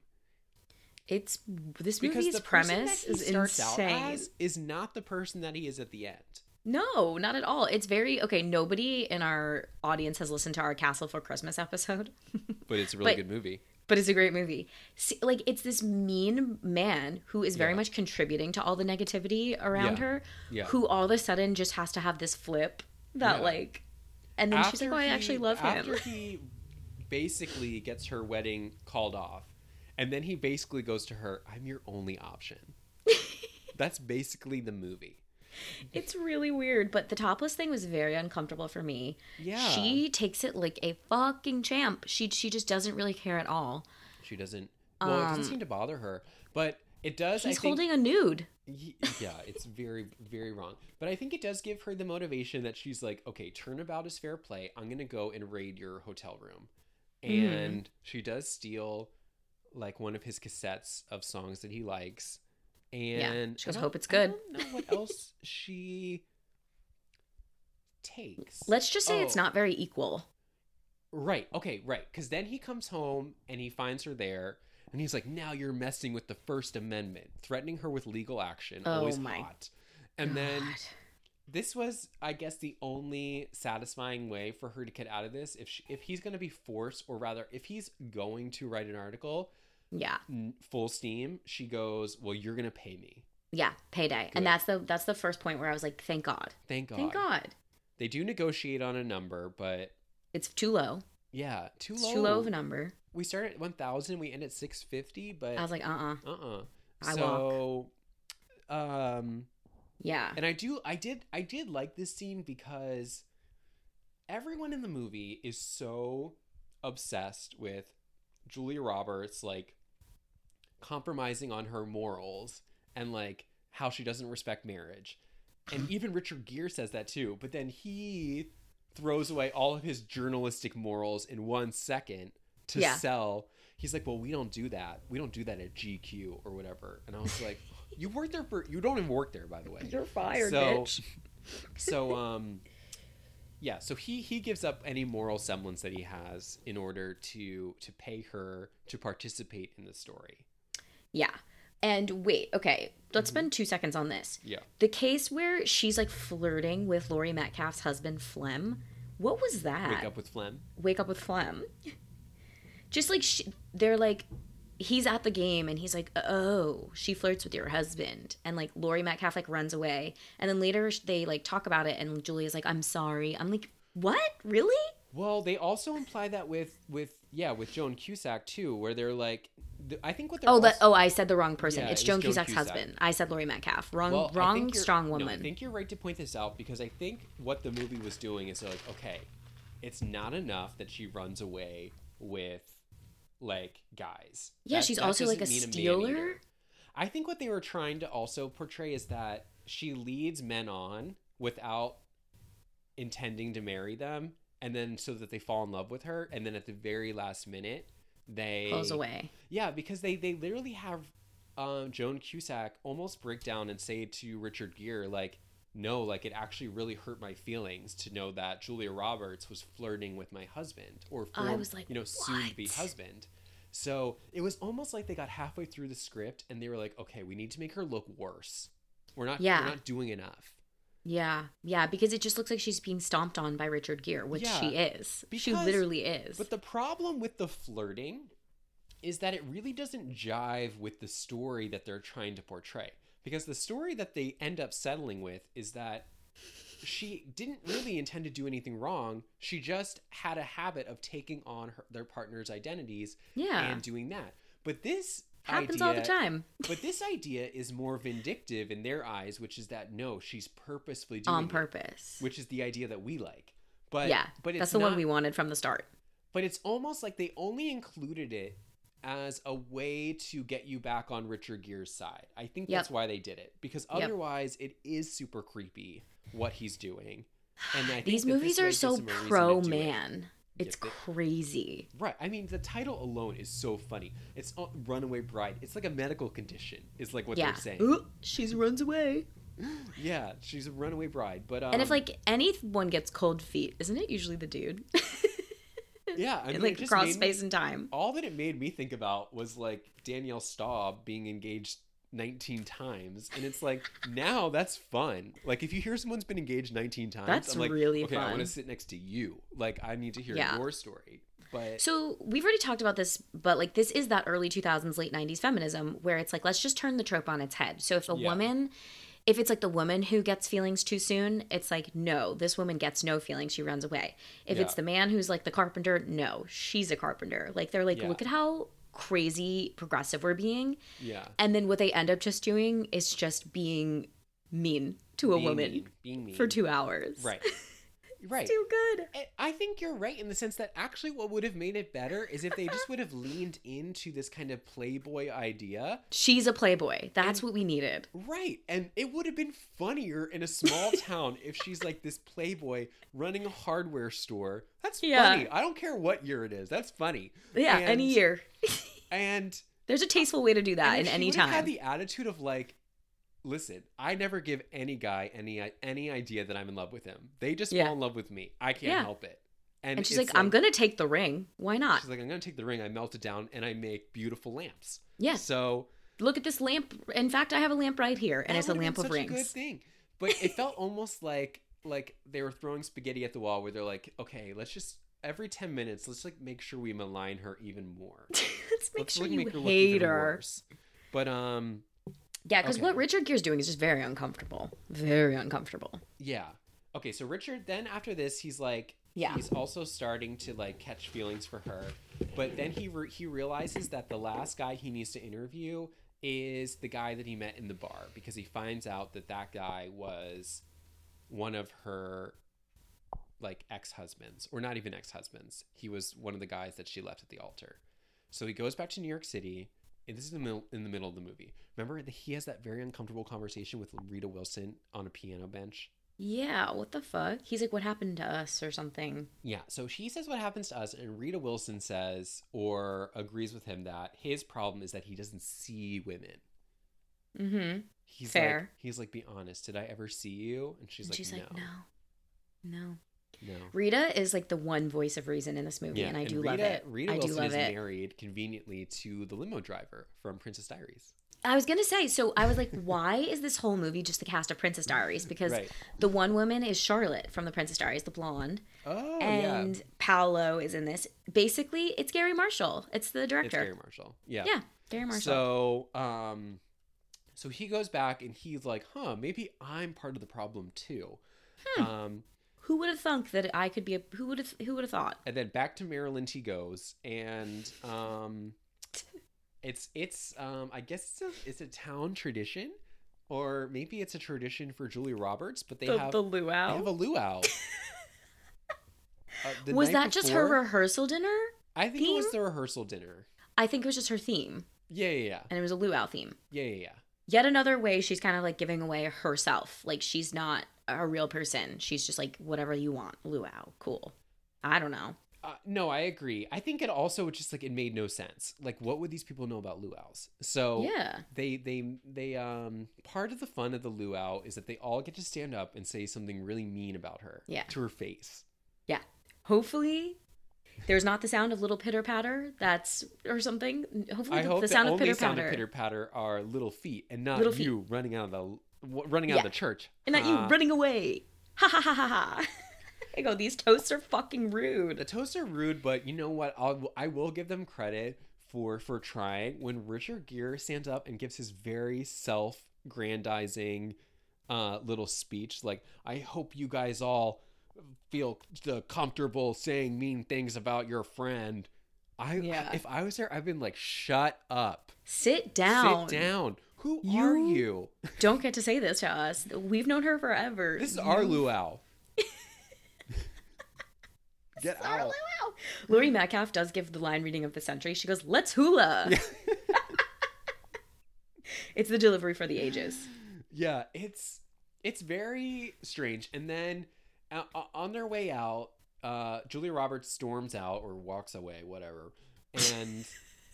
It's this
Because
movie's
the person that
premise
he
is
starts
insane.
out as is not the person that he is at the end.
No, not at all. It's very okay. Nobody in our audience has listened to our Castle for Christmas episode,
But it's a really
But-
good movie.
but it's a great movie. See, like it's this mean man who is very
Yeah.
much contributing to all the negativity around
Yeah.
her,
Yeah.
who all of a sudden just has to have this flip that
Yeah.
like, and then she's like, "Oh, I actually love
after
him."
he basically gets her wedding called off, and then he basically goes to her, "I'm your only option." That's basically the movie.
It's really weird, but the topless thing was very uncomfortable for me.
Yeah,
She takes it like a fucking champ. She she just doesn't really care at all.
she doesn't. Well, it
Um,
doesn't seem to bother her, but it does.
He's
I think,
holding a nude.
Ye- yeah, it's very, very wrong. But I think it does give her the motivation that she's like, okay, turnabout is fair play. I'm going to go and raid your hotel room.
Mhm.
And she does steal like one of his cassettes of songs that he likes. And
she goes,
I
"Hope it's
I
good."
don't know what else she takes.
Let's just say it's
Oh.
not very equal.
Right. Okay. Right. Because then he comes home and he finds her there, and he's like, "Now you're messing with the First Amendment, threatening her with legal action."
Oh
always
my
hot. And then
God.
this was, I guess, the only satisfying way for her to get out of this. If she, if he's going to be forced, or rather, if he's going to write an article,
yeah,
n- full steam, she goes, "Well, you're going to pay me."
yeah, payday,
Good.
and that's the that's the first point where I was like, thank God,
Thank God.
thank God,
They do negotiate on a number, but
it's too low,
yeah, too
it's
low.
too low of a number.
we start at one thousand, we end at six fifty, but
I was like, uh, uh
Uh-uh.
I
so, um,
yeah,
and I do, I did, I did like this scene because everyone in the movie is so obsessed with Julia Roberts, like compromising on her morals and like how she doesn't respect marriage. And even Richard Gere says that too, but then he throws away all of his journalistic morals in one second to
Yeah.
sell. He's like, "Well, we don't do that. We don't do that at GQ or whatever." And I was like, "You worked there for you don't even work there, by the way."
you're fired,
So-
bitch.
So um yeah, so he he gives up any moral semblance that he has in order to to pay her to participate in the story.
Yeah, and wait, okay, let's
Mm-hmm.
spend two seconds on this.
Yeah.
The case where she's like flirting with Laurie Metcalf's husband Flem. What was that?
Wake up with phlegm.
wake up with phlegm. Just like she, they're like, he's at the game and he's like, oh, she flirts with your husband, and like Lori Metcalf like runs away, and then later sh- they like talk about it, and Julia's like, I'm sorry. I'm like, what? Really?
Well, they also imply that with with yeah, with Joan Cusack too, where they're like th- I think what they're
Oh, that.
also-
Oh, I said the wrong person.
Yeah,
it's
it was
Joan
Joan
Cusack's
Cusack.
husband. I said Lori Metcalf. Wrong.
Well, I
wrong.
think you're-
Strong
no,
woman.
I think you're right to point this out because I think what the movie was doing is like, okay, it's not enough that she runs away with like guys.
Yeah,
That-
she's
that
also, like,
doesn't
a
mean
stealer.
man-eater. I think what they were trying to also portray is that she leads men on without intending to marry them, and then so that they fall in love with her, and then at the very last minute they
pulls away.
yeah, because they they literally have um, Joan Cusack almost break down and say to Richard Gere like, "No, like it actually really hurt my feelings to know that Julia Roberts was flirting with my husband, or for,
I was like,
you know, soon to be
"What?"
husband." So it was almost like they got halfway through the script and they were like, "Okay, we need to make her look worse. We're not,
Yeah.
we're not doing enough."
Yeah, yeah, because it just looks like she's being stomped on by Richard Gere, which
Yeah,
she is. she
because-
literally is.
But the problem with the flirting is that it really doesn't jive with the story that they're trying to portray. Because the story that they end up settling with is that she didn't really intend to do anything wrong. She just had a habit of taking on her, their partner's identities
yeah,
and doing that. But this
happens
idea,
all the time.
But this idea is more vindictive in their eyes, which is that no, she's purposefully doing
On
it,
purpose.
which is the idea that we like. But
yeah,
but it's
that's the one
not-
we wanted from the start.
but it's almost like they only included it as a way to get you back on Richard Gere's side. I think that's why they did it because
Yep.
otherwise it is super creepy what he's doing. And I think
These
that this
movies
way
are
gives
so
him a reason to
pro
do it.
man. It's
Yeah,
crazy.
Right. I mean, the title alone is so funny. It's uh, Runaway Bride. It's like a medical condition. Is like what
yeah.
they're saying.
Ooh, she runs away.
Yeah, she's a runaway bride. But um,
and if like anyone gets cold feet, isn't it usually the dude?
yeah, I mean, it
like
just
across
made me-
space and time.
all that it made me think about was like Danielle Staub being engaged 19 times and it's like now that's fun like if you hear someone's been engaged 19 times
That's
i'm like
really
okay i want to
fun.
sit next to you like i need to hear
Yeah.
your story but
So we've already talked about this, but like this is that early 2000s, late 90s feminism where it's like, let's just turn the trope on its head. So if a
Yeah.
woman, if it's like the woman who gets feelings too soon, it's like, no, this woman gets no feelings. She runs away. If
Yeah.
it's the man who's like the carpenter, no, she's a carpenter. Like they're like,
Yeah.
look at how crazy progressive we're being.
yeah
And then what they end up just doing is just being mean to a
being
woman
mean, being mean
for two hours.
right right
Too good.
I- I think you're right in the sense that actually what would have made it better is if they just would have leaned into this kind of playboy idea
She's a playboy. That's what we needed.
Right. And it would have been funnier in a small town if she's like this playboy running a hardware store. That's
Yeah.
funny. I don't care what year it is. That's funny.
Yeah,
And-
any year.
And,
There's a tasteful way to do that
and
in
if she
any
would have
time.
had the attitude of like, listen, I never give any guy any any idea that I'm in love with him. They just
Yeah.
fall in love with me. I can't
Yeah.
help it.
and she's
it's
like, I'm gonna take the ring. Why not?
She's like, I'm gonna take the ring. I melt it down and I make beautiful lamps.
yes.
So
Look at this lamp. In fact, I have a lamp right here, and
That
it's a
would've been
lamp of
such A good
rings.
thing, but it felt almost like like they were throwing spaghetti at the wall, where they're like, okay, let's just every ten minutes, let's like make sure we malign her even more.
Let's make
let's
sure
like,
you
look
hate
even
her.
worse. But um,
Yeah, because
Okay.
what Richard Gere's doing is just very uncomfortable. Very uncomfortable.
yeah, okay. So Richard, then after this, he's like.
Yeah.
He's also starting to like catch feelings for her, but then he re- he realizes that the last guy he needs to interview is the guy that he met in the bar because he finds out that that guy was one of her like ex-husbands or not even ex-husbands he was one of the guys that she left at the altar so he goes back to new york city and this is in the middle in the middle of the movie remember that he has that very uncomfortable conversation with rita wilson on a piano bench
Yeah, what the fuck? He's like, what happened to us or something?
yeah so she says what happens to us and rita wilson says or agrees with him that his problem is that he doesn't see women
Mm-hmm.
he's like
Fair.
he's like be honest did i ever see you and she's,
and
like,
she's like,
no
no. No.
no
Rita is like the one voice of reason in this movie, and I do
Rita,
love it.
Rita
I do
Wilson
love
is
it.
married conveniently to the limo driver from Princess Diaries.
I was gonna say, so I was like, why is this whole movie just the cast of Princess Diaries? Because
Right.
the one woman is Charlotte from the Princess Diaries, the blonde,
Oh
and Paolo is in this. Basically, it's Gary Marshall. It's the
it's
director.
Gary Marshall. Yeah.
yeah, Gary Marshall.
So um, so he goes back and he's like, huh, maybe I'm part of the problem too.
Hmm.
Um,
who would have thunk that I could be a? Who would have? Who would have thought?
and then back to Maryland he goes, and um, it's it's um, I guess it's a, it's a town tradition, or maybe it's a tradition for Julia Roberts, but they have
luau.
They have a luau. uh, the
was
night
that just her
before-
rehearsal dinner?
I think it was
theme?
the rehearsal dinner.
I think it was just her theme,
Yeah, yeah,
and it was a luau theme.
yeah, yeah, yeah. yeah.
Yet another way she's kind of like giving away herself. Like she's not a real person. She's just like whatever you want. Luau, cool. I don't know.
Uh, no, I agree. I think it also just like it made no sense. Like, what would these people know about luau's? So
Yeah.
they they they um part of the fun of the luau is that they all get to stand up and say something really mean about her.
Yeah.
To her face.
Hopefully, there's not the sound of little pitter patter. That's or something. Hopefully,
I
the,
hope
the
the,
sound of
only
pitter
sound of
patter
pitter patter are little feet and not
Little feet.
you running out of the w- running out
Yeah.
of the church. Ah.
and not you
Huh.
running away. Ha ha ha ha ha. I go. These toasts are fucking
The
rude.
toasts are rude, but you know what? I'll, I will give them credit for for trying. When Richard Gere stands up and gives his very self-grandizing uh, little speech, like "I hope you guys all feel the comfortable saying mean things about your friend." I
Yeah.
if I was there, I've been like, "Shut up,
Sit down.
sit down." Who are
You-
you?
Don't get to say this to us. We've known her forever.
This is our luau. Get
Our luau. Lori Metcalf does give the line reading of the century. She goes, "Let's hula." it's the delivery for the ages.
yeah it's it's very strange and then uh, uh, on their way out uh julia roberts storms out or walks away whatever and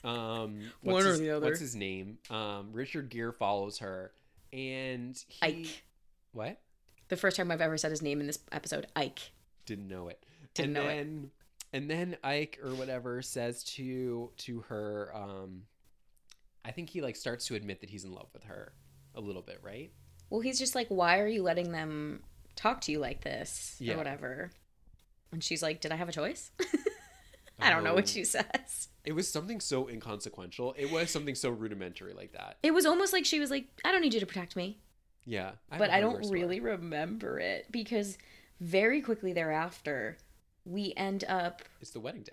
um what's
One or
his-
the other.
what's his name um richard gere follows her and he
Ike.
what
The first time I've ever said his name in this episode, Ike.
didn't know it
Didn't
and
know it.
then and then ike or whatever says to to her um i think he like starts to admit that he's in love with her a little bit right
Well, he's just like, why are you letting them talk to you like this
Yeah.
or whatever? And she's like, did I have a choice? I don't know what
Um,
she says.
It was something so inconsequential. It was something so rudimentary like that.
It was almost like she was like, I don't need you to protect me.
Yeah.
but
have a
I don't
hardware store.
really remember it because very quickly thereafter, we end up.
It's the wedding day.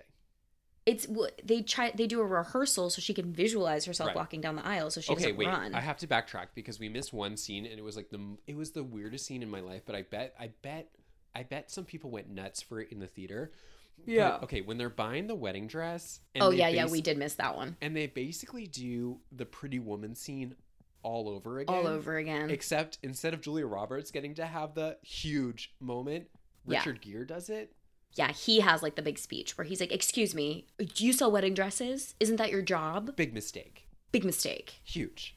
It's w- they try they do a rehearsal so she can visualize herself
Right.
walking down the aisle so she
okay,
doesn't
wait.
run.
I have to backtrack because we missed one scene and it was like the m- it was the weirdest scene in my life, but I bet I bet I bet some people went nuts for it in the theater. But,
Yeah.
okay, when they're buying the wedding dress and
oh
they
yeah, yeah,
bas-
we did miss that one
And they basically do the pretty woman scene all over again.
all over again.
Except instead of Julia Roberts getting to have the huge moment,
Yeah.
Richard Gere does it.
yeah, he has like the big speech where he's like, "Excuse me, do you sell wedding dresses? Isn't that your job?"
Big mistake.
Big mistake.
Huge.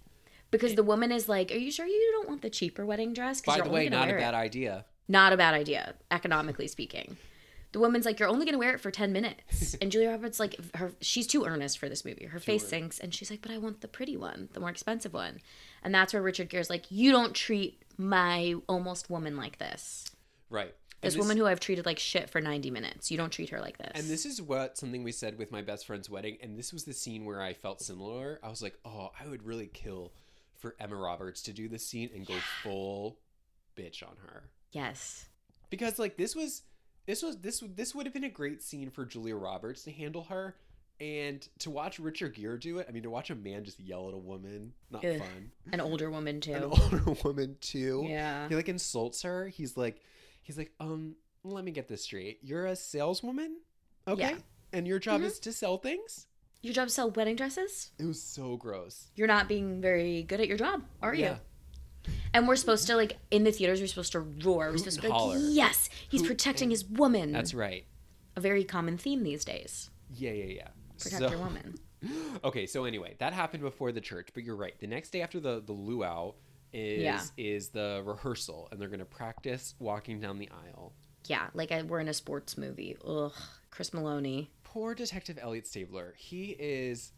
Because the woman is like, "Are you sure you don't want the cheaper wedding dress?" 'Cause
By
you're
the
only
way,
gonna
not a
wear it."
bad idea.
Not a bad idea, economically speaking. The woman's like, "You're only going to wear it for ten minutes," and Julia Roberts like, her she's too earnest for this movie. Her face
earnest.
sinks, and she's like, "But I want the pretty one, the more expensive one," and that's where Richard Gere's like, "You don't treat my almost woman like this.
Right.
This, woman who I've treated like shit for ninety minutes. You don't treat her like this."
And this is what something we said with my best friend's wedding, and this was the scene where I felt similar. I was like, oh, I would really kill for Emma Roberts to do this scene and go full bitch on her.
yes,
Because like this was this was this this would have been a great scene for Julia Roberts to handle her. And to watch Richard Gere do it, I mean, to watch a man just yell at a woman, not
Ugh.
fun.
an older woman too.
An older woman too.
yeah.
He like insults her. He's like, he's like, um, let me get this straight. You're a saleswoman, okay?
Yeah.
And your job
Mhm.
is to sell things.
Your job is sell wedding dresses?
It was so gross.
You're not being very good at your job, are you?
Yeah.
And we're supposed to like in the theaters we're supposed to roar. We're
Hoot
supposed to
and
be like,
holler.
yes, he's
Hoot
protecting
and-
his woman.
That's right.
a very common theme these days.
Yeah, yeah, yeah.
Protect your woman.
Okay, so anyway, that happened before the church, but you're right. The next day after the the luau is
Yeah.
is the rehearsal, and they're gonna practice walking down the aisle.
Yeah, like I, we're in a sports movie. Ugh, Chris Maloney.
Poor Detective Elliot Stabler. He is.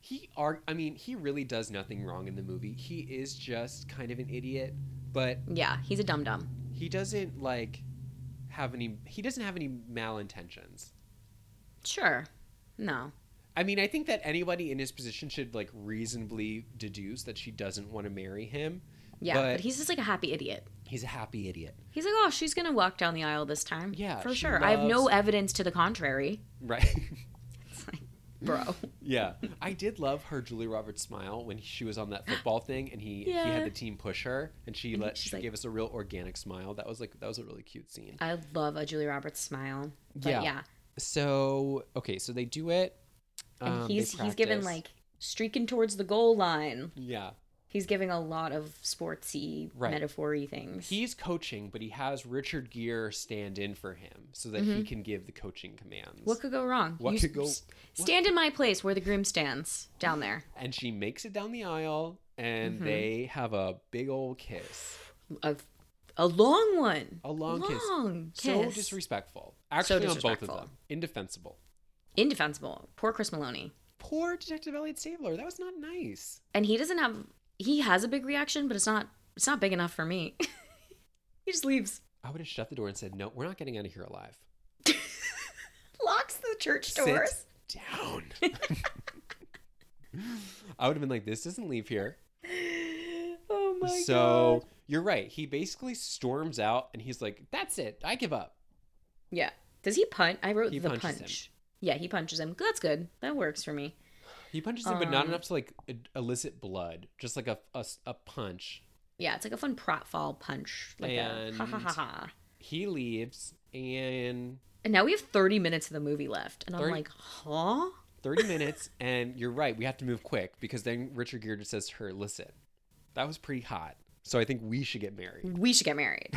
He are. I mean, he really does nothing wrong in the movie. He is just kind of an idiot, but
Yeah, he's a dum dum.
he doesn't like have any he doesn't have any malintentions
Sure. No.
i mean i think that anybody in his position should like reasonably deduce that she doesn't want to marry him
Yeah, but,
But-
he's just like a happy idiot.
he's a happy idiot
He's like, oh, she's gonna walk down the aisle this time.
Yeah,
for
she
sure. I have no
loves-
evidence to the contrary.
right
It's like, bro.
Yeah, I did love her Julie Roberts smile when she was on that football thing, and he he
Yeah.
had the team push her, and she let
she's
she
like-
gave us a real organic smile. That was like that was a really cute scene.
I love a Julie Roberts smile. But
Yeah.
yeah.
So okay, so they do it.
And
um, they
he's he's given
practice.
like streaking towards the goal line.
yeah,
He's giving a lot of sportsy,
Right.
metaphor-y things.
he's coaching, but he has Richard Gere stand in for him so that he can give the coaching commands.
Mm-hmm. what could go wrong?
What
You
could go-
s- Stand in my place where the groom stands down there.
and she makes it down the aisle, and
Mm-hmm.
they have a big old kiss,
A, a long one.
a long, kiss.
Long
So
kiss.
disrespectful. Actually, on both of
disrespectful.
them, indefensible.
Indefensible. Poor Chris Maloney.
Poor Detective Elliot Stabler. That was not nice.
and he doesn't have he has a big reaction but it's not it's not big enough for me he just leaves
I would have shut the door and said, "No, we're not getting out of here alive."
locks the church doors
Sit down. I would have been like, "This doesn't leave here."
oh my
so
god
you're right. He basically storms out, and he's like, "That's it. I give up."
yeah does he punt i wrote
He
the
punches him.
punch yeah he punches him that's good that works for me
He punches him, but not
Um,
enough to like e- elicit blood. Just like a a s- a punch.
yeah it's like a fun prop fall punch like a ha ha ha
And-
ha
He leaves, and
and now we have 30 minutes of the movie left and i'm
30
like huh
30 minutes and you're right we have to move quick because then richard gere just says to her listen that was pretty hot so i think we should get married
we should get married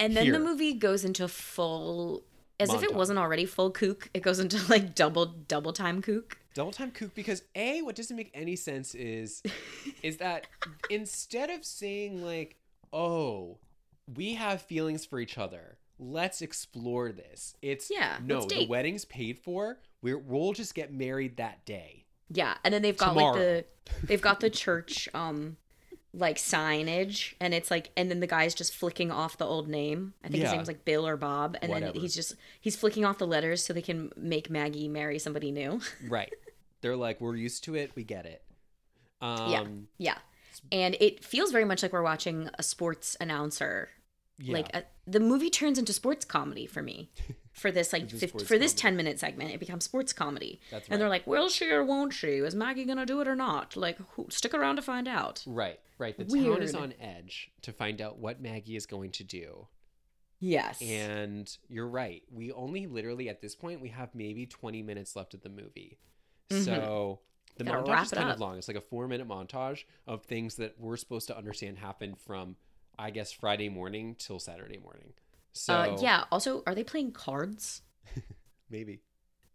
and then
Here.
the movie goes into full as if
Montage.
it wasn't already full kook it goes into like double double time kook
double time kook because a what doesn't make any sense is is that instead of saying like oh we have feelings for each other let's explore this it's
Yeah,
no
let's
the
date.
wedding's paid for We're, we'll just get married that day
Yeah, and then they've got like
Tomorrow.
the they've got the church um like signage and it's like and then the guy's just flicking off the old name. I think his
Yeah.
name's like Bill or Bob and
Whatever.
then he's just he's flicking off the letters so they can make Maggie marry somebody new.
right they're like we're used to it we get it um
Yeah. yeah. And it feels very much like we're watching a sports announcer.
yeah.
Like uh, a, the movie turns into sports comedy for me. For this like
Into
50, for
sports
this 10
comedy.
minute segment it becomes sports comedy.
That's
And they're like,
right.
"Will she or won't she? Is Maggie going to do it or not?" Like, who, stick around to find out.
Right, right. The town is
Weird.
on edge to find out what Maggie is going to do.
Yes.
And you're right. We only literally at this point we have maybe 20 minutes left of the movie. So the
Mm-hmm. Gotta
montage
wrap
is
it
kind of
up.
long. It's like a 4-minute montage of things that we're supposed to understand happened from I guess Friday morning till Saturday morning. So
uh, yeah. Also, are they playing cards
maybe.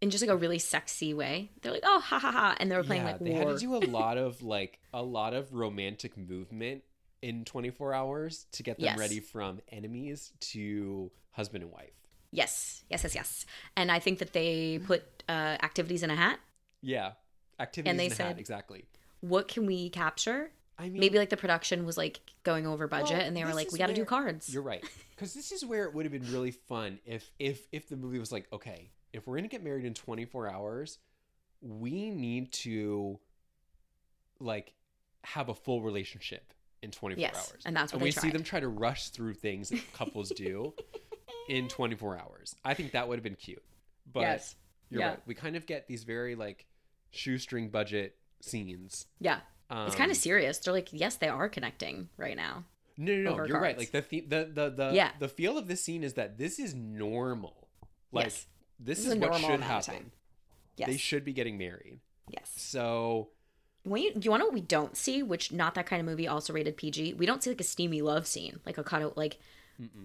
in just like a really sexy way? They're like, oh, ha ha ha, and they were playing
yeah,
like
they
war.
had to do a lot of like a lot of romantic movement in 24 hours to get them
Yes.
ready from enemies to husband and wife.
yes, yes, yes, yes. And I think that they put uh, activities in a hat.
Yeah. Activities
And they
in a hat,
said-
exactly.
What can we capture?
I mean,
Maybe like the production was like going over budget,
Well,
and they were
this
like,
is
we got to do
where
cards.
you're right. Cuz this is where it would have been really fun if if if the movie was like, okay, if we're going to get married in 24 hours, we need to like have a full relationship in 24
Yes,
hours.
and that's what
and
they
we see
tried.
them try to rush through things that couples do in 24 hours. I think that would have been cute. But
yes.
you're
yeah.
right. We kind of get these very like shoestring budget scenes.
Yeah.
Um,
It's kind of serious. They're like, yes, they are connecting right now.
No, no, no.
over
You're right. Like
cards.
the, the the the the
Yeah.
the feel of this scene is that this is normal. Like
Yes. This
this, is,
is a
what
normal
should
amount of
happen.
time. Yes.
They should be getting married.
yes.
So
When you, do you want to know what we don't see, which not that kind of movie, also rated PG? We don't see like a steamy love scene, like a kind of like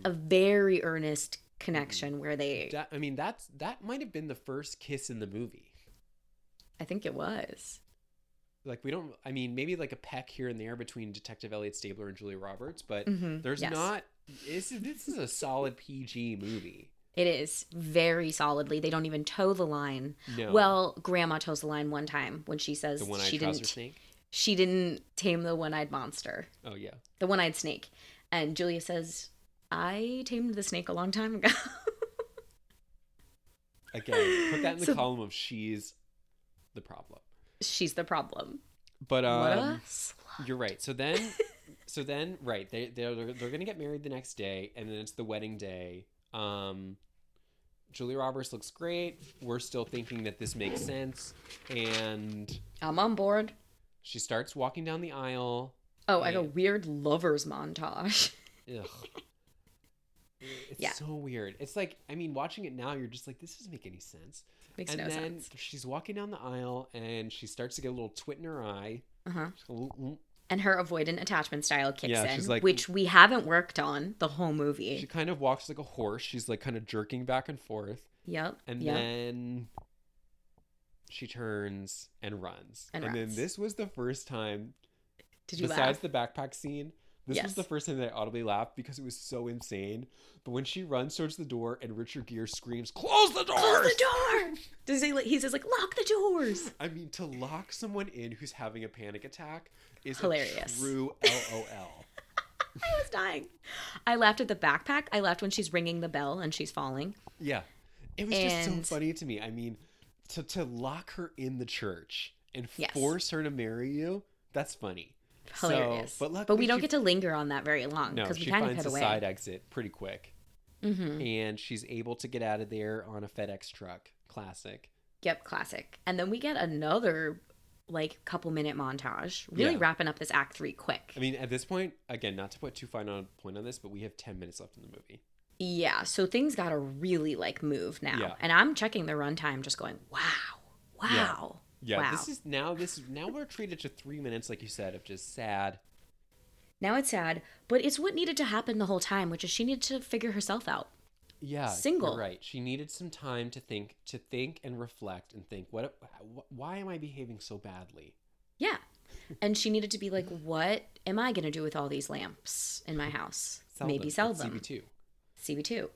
a very earnest connection where they.
that, I mean, that's that might have been the first kiss in the movie.
I think it was.
Like we don't. I mean, maybe like a peck here and there between Detective Elliot Stabler and Julia Roberts, but
Mhm,
there's
yes.
not. This is this is a solid PG movie.
It is very solidly. They don't even toe the line.
No.
Well, Grandma toes the line one time when she says
the one eyed
she
trouser
didn't.
snake.
She didn't tame the one-eyed monster,
Oh yeah.
the one-eyed snake, and Julia says, "I tamed the snake a long time ago."
Again, put that in the
So-
column of she's the problem.
She's the problem.
But um.
what a slut.
You're right. So then, so then, right? They they're they're gonna get married the next day, and then it's the wedding day. Um, Julia Roberts looks great. We're still thinking that this makes sense. And
I'm on board.
she starts walking down the aisle.
Oh, like
Yeah.
a weird lovers montage.
Ugh. It's
Yeah.
so weird. It's like, I mean, watching it now, you're just like, this doesn't make any sense.
Makes
and
no
then
sense.
she's walking down the aisle and she starts to get a little twit in her eye.
Uh huh.
She's a little-
And her avoidant attachment style kicks
Yeah,
in,
she's like-
which we haven't worked on the whole
She
movie.
kind of walks like a horse. She's like kind of jerking back and forth.
Yep.
And
yep.
then she turns and runs.
And
then
runs.
this was the first time,
Did you laugh?
besides the backpack scene, this was
Yes.
the first time that I audibly laughed because it was so insane. But when she runs towards the door and Richard Gere screams, Close the door!
Close the door. Does he? He says like lock the doors.
I mean, to lock someone in who's having a panic attack is
Hilarious.
hilarious. A true LOL.
I was dying. I laughed at the backpack. I laughed when she's ringing the bell and she's falling.
yeah, it was
And-
just so funny to me. I mean, to to lock her in the church and
Yes.
force her to marry you, that's funny. So-
Hilarious.
but
but,
luckily,
we don't
she-
get to linger on that very long
No,
because we
she
kind of
finds
cut
a
away.
side exit pretty quick,
hmm
and she's able to get out of there on a FedEx truck. Classic.
Yep, classic. And then we get another like couple minute montage, really
Yeah.
wrapping up this act three quick.
I mean, at this point, again, not to put too fine on point on this, but we have ten minutes left in the movie.
yeah, so things gotta really like move now.
Yeah.
And I'm checking the runtime, just going, wow, wow,
Yeah,
wow.
this is now this now we're treated to three minutes, like you said, of just sad
now it's sad, but it's what needed to happen the whole time, which is she needed to figure herself out.
yeah you're
single.
right she needed some time to think to think and reflect and think what wh- why am i behaving so badly
Yeah. And she needed to be like, what am I gonna do with all these lamps in my house? Maybe sell them.
too
CB2.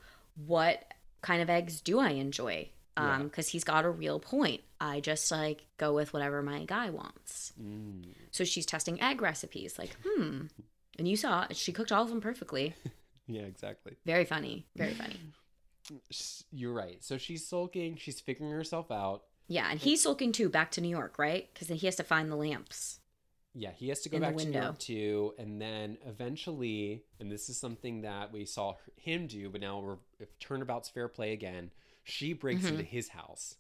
What kind of eggs do I enjoy? Um,
Yeah.
because he's got a real point. I just like go with whatever my guy wants.
mm.
So she's testing egg recipes, like, hmm. And you saw it. she cooked all of them perfectly.
yeah exactly
Very funny. Very funny.
S- you're right so she's sulking she's figuring herself out
Yeah. And he's sulking too back to New York, right? Because then he has to find the lamps.
yeah he has to go
In the
back to new
window.
york too and then eventually and this is something that we saw him do but now we're if turnabout's fair play again she breaks
Mhm.
into his house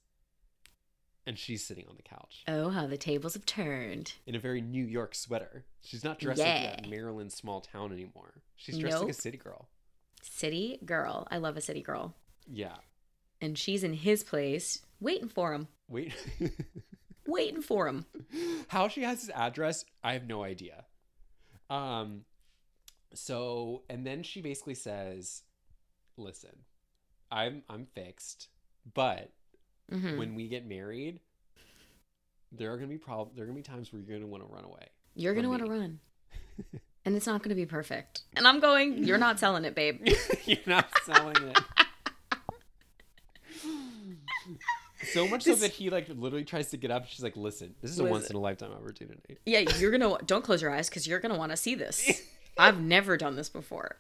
and she's sitting on the couch
Oh, how the tables have turned.
in a very New York sweater. She's not dressed like a
Yeah.
Maryland small town anymore. She's dressed like a
Nope.
city girl.
City girl. I love a city girl.
Yeah.
And she's in his place waiting for him.
Wait.
Waiting for him.
How she has his address, I have no idea. Um so and then she basically says, "Listen. I'm I'm fixed, but
hmm
when we get married, there are going to be prob there are going to be times where you're going to want to run away."
You're going to want
for
to
me.
run. and it's not going to be perfect. And I'm going, you're not selling it, babe.
You're not selling it. so much
This-
so that he like literally tries to get up. She's like, "Listen, this is a
Listen.
once in a lifetime opportunity."
Yeah, you're going to don't close your eyes cuz you're going to want to see this. I've never done this before.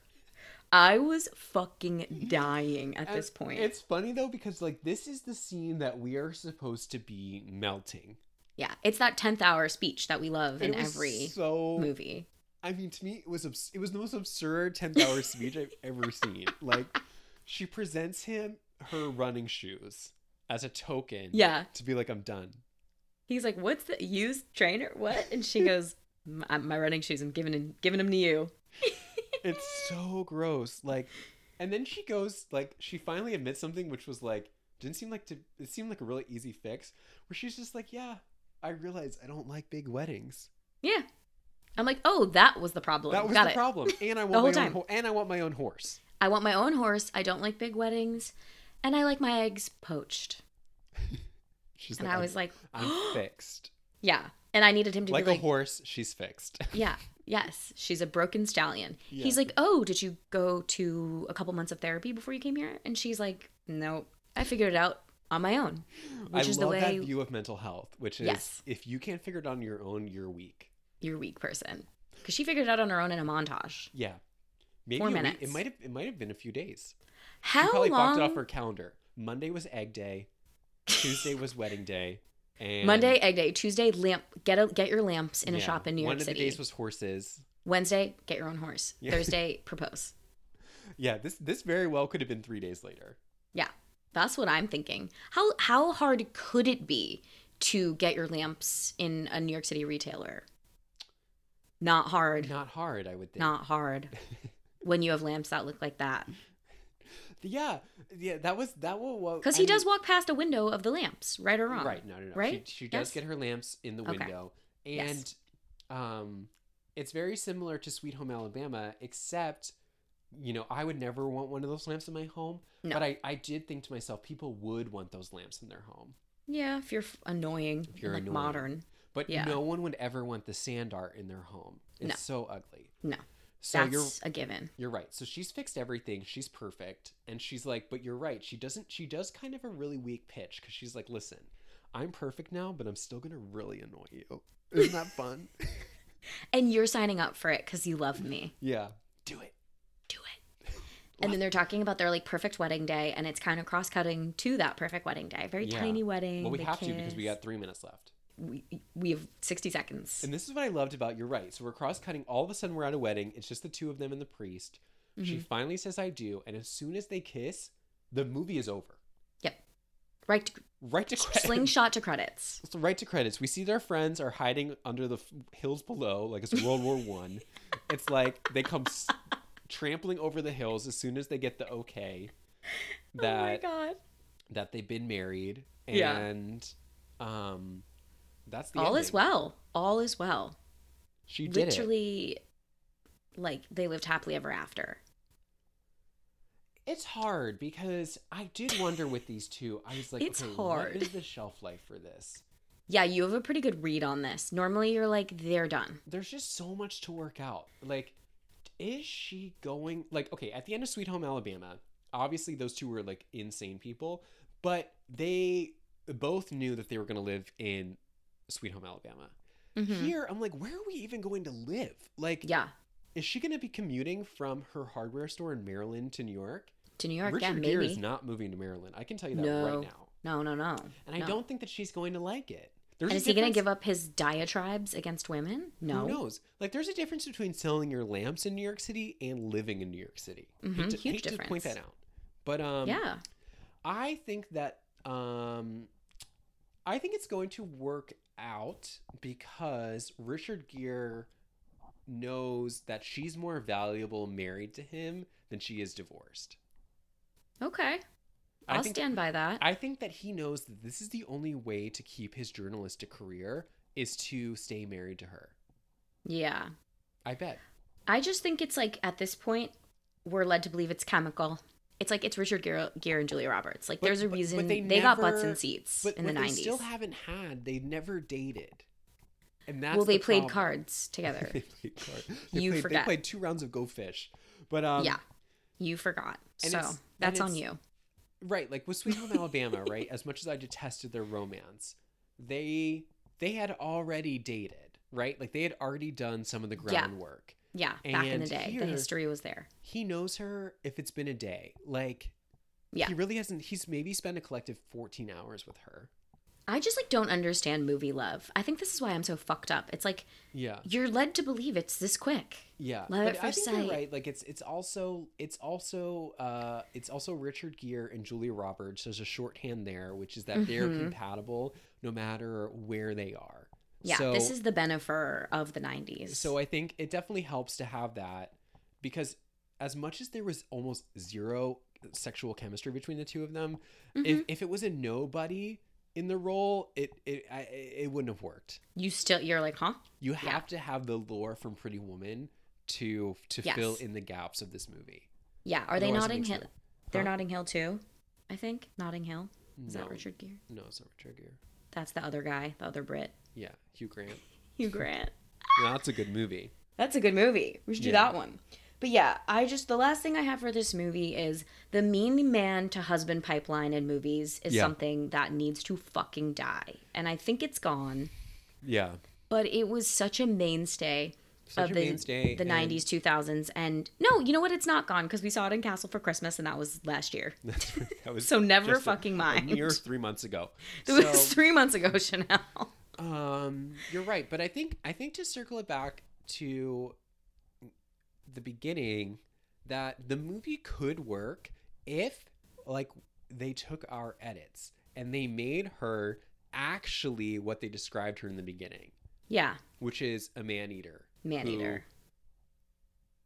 I was fucking dying at this
And
point.
it's funny though because like this is the scene that we are supposed to be melting.
yeah, it's that 10th hour speech that we love in
It was
every
so.
movie.
I mean, to me, it was abs- it was the most absurd tenth hour speech I've ever seen. Like, she presents him her running shoes as a token.
Yeah.
To be like, I'm done.
He's like, "What's the used trainer? What?" And she goes, "My, my running shoes. I'm giving in, giving them to you."
It's so gross. Like, and then she goes like she finally admits something, which was like didn't seem like to it seemed like a really easy fix. Where she's just like, yeah, I realize I don't like big weddings.
Yeah. I'm like, "Oh, that was the problem.
That was
Got
the
it.
problem, and I
whole
want my own
time.
ho- and I want my own horse.
I want my own horse. I don't like big weddings, and I like my eggs poached."
She's
and
like,
I was like,
I'm, I'm fixed,
yeah. And I needed him to
like
be
a
like,
horse. She's fixed.
yeah, yes, she's a broken stallion.
Yeah.
He's like, oh, did you go to a couple months of therapy before you came here? And she's like, no, I figured it out on my own,
I
which is the
love that
way
view of mental health, which is
Yes.
if you can't figure it out on your own, you're weak.
you're a weak person. Because she figured it out on her own in a montage.
Yeah, maybe
Four
a week- It
minutes.
might have it might have been a few days. She
How
probably blocked
long?
it off her calendar. Monday was egg day. Tuesday was wedding day. And
Monday egg day, Tuesday lamp. Get a, get your lamps in a
yeah,
shop in New York
One of
City.
the days was horses.
Wednesday, get your own horse.
Yeah.
Thursday, propose.
Yeah, this this very well could have been three days later.
Yeah. That's what I'm thinking. How how hard could it be to get your lamps in a New York City retailer? Not hard.
Not hard, I would think.
Not hard. when you have lamps that look like that.
Yeah, yeah, that was that was what
Because
I
he
mean-
does walk past a window of the lamps, right or wrong.
Right, no, no, no.
Right?
She, she does
Yes?
get her lamps in the
Okay.
window,
Yes.
and um, it's very similar to Sweet Home Alabama, except you know I would never want one of those lamps in my home,
No.
but I I did think to myself people would want those lamps in their home,
Yeah, if you're f- annoying,
If you're
like
annoying.
modern.
but
Yeah.
no one would ever want the sand art in their home. It's
No.
so ugly.
No.
So
That's
you're
a given.
You're right. So she's fixed everything. She's perfect. And she's like, but you're right. She doesn't, she does kind of a really weak pitch because she's like, listen, I'm perfect now, but I'm still going to really annoy you. Isn't that fun?
And you're signing up for it because you love me.
yeah. Do it.
Do it. And then they're talking about their like perfect wedding day, and it's kind of cross cutting to that perfect wedding day. Very
Yeah.
tiny wedding.
Well, we
they
have to because we
kiss.
got three minutes left.
we, we have 60 seconds.
And this is what I loved about you're right. So we're cross cutting. All of a sudden, we're at a wedding. It's just the two of them and the priest. She finally says, I do. And as soon as they kiss, the movie is over.
Yep. Right. To,
Right to credits.
slingshot to credits.
So right to credits, we see their friends are hiding under the f- hills below, like it's World War One. It's like they come s- trampling over the hills as soon as they get the okay
oh my
that
god.
that they've been married,
Yeah.
and um, that's the
All
ending.
is well. All is well.
She did
Literally, like they lived happily ever after.
it. It's hard because I did wonder with these two. I was like,
It's
okay,
hard.
What is the shelf life for this?
Yeah, you have a pretty good read on this. Normally, you're like they're done.
there's just so much to work out. Like, is she going like okay, at the end of Sweet Home Alabama, obviously those two were like insane people, but they both knew that they were gonna live in Sweet Home Alabama.
Mhm.
Here, I'm like, where are we even going to live? Like,
Yeah,
is she gonna be commuting from her hardware store in Maryland to New York?
to New York. yeah,
Richard Gere is
maybe.
not moving to Maryland. I can tell you that
No.
right now.
No, no, no.
And I
no.
don't think that she's going to like it. There's
And
a
is he going to
difference-
give up his diatribes against women? No.
Who knows? Like, there's a difference between selling your lamps in New York City and living in New York City.
Mhm,
Hate to-
huge
hate to
difference.
point that out. But um,
yeah.
I think that um, I think it's going to work out because Richard Gere knows that she's more valuable married to him than she is divorced.
Okay.
I
I'll
think-
stand by that.
I think that he knows that this is the only way to keep his journalistic career is to stay married to her.
yeah.
I bet.
I just think it's like at this point, we're led to believe it's chemical. It's like it's Richard Gere, Gere and Julia Roberts. Like
But-
there's a
but- but
reason
they
they, got
never-
butts and seats
But
in the
what they
nineties.
still haven't had. They never dated. And that's
well, they
the
played
problem.
cards together.
they played cards. They
You
played, They
forgot.
played two rounds of Go Fish, but um,
yeah, you forgot.
and
So
it's- and
that's on
it's-
you.
right. Like with Sweet Home Alabama, right? As much as I detested their romance, they they had already dated, right? Like they had already done some of the
Yeah.
groundwork.
Yeah, back in the
and
day,
here-
the history was there.
He knows her if it's been a day. Like
Yeah,
he really hasn't. He's maybe spent a collective fourteen hours with her.
I just like don't understand movie love. I think this is why I'm so fucked up. It's like
Yeah.
you're led to believe it's this quick.
Yeah,
Love
but
at first
I think
sight.
you're right. Like it's it's also it's also uh it's also Richard Gere and Julia Roberts. There's a shorthand there, which is that they're
Mhm.
compatible no matter where they are.
Yeah,
so,
this is the benefer of the '90s.
so. I think it definitely helps to have that because as much as there was almost zero sexual chemistry between the two of them, if
Mhm.
if it was a nobody in the role, it it I, it wouldn't have worked.
you still you're like, huh?
You have to have the lore from Pretty Woman to to fill
Yes.
in the gaps of this movie.
Yeah, are they
Otherwise it
Notting
makes
Hill?
no-
They're
Huh?
Notting Hill too, I think. Notting Hill is
No.
that Richard Gere?
No, it's not Richard Gere.
That's the other guy, the other Brit,
Yeah, Hugh Grant.
Hugh Grant.
No, that's a good movie.
That's a good movie. We should do
Yeah.
that one. But yeah, I just the last thing I have for this movie is the mean man to husband pipeline in movies is
Yeah.
something that needs to fucking die, and I think it's gone.
Yeah.
But it was such a mainstay
Such
of the
a mainstay.
the
and-
'90s, 2000s, and no, you know what? It's not gone because we saw it in Castle for Christmas, and that was last year.
That's right. That was
So never
just a-
fucking mind.
A mere three months ago.
It
so,
was three months ago, Chanel.
um, you're right, but I think I think to circle it back to the beginning, that the movie could work if, like they took our edits and they made her actually what they described her in the beginning,
Yeah.
which is a man eater.
Man eater.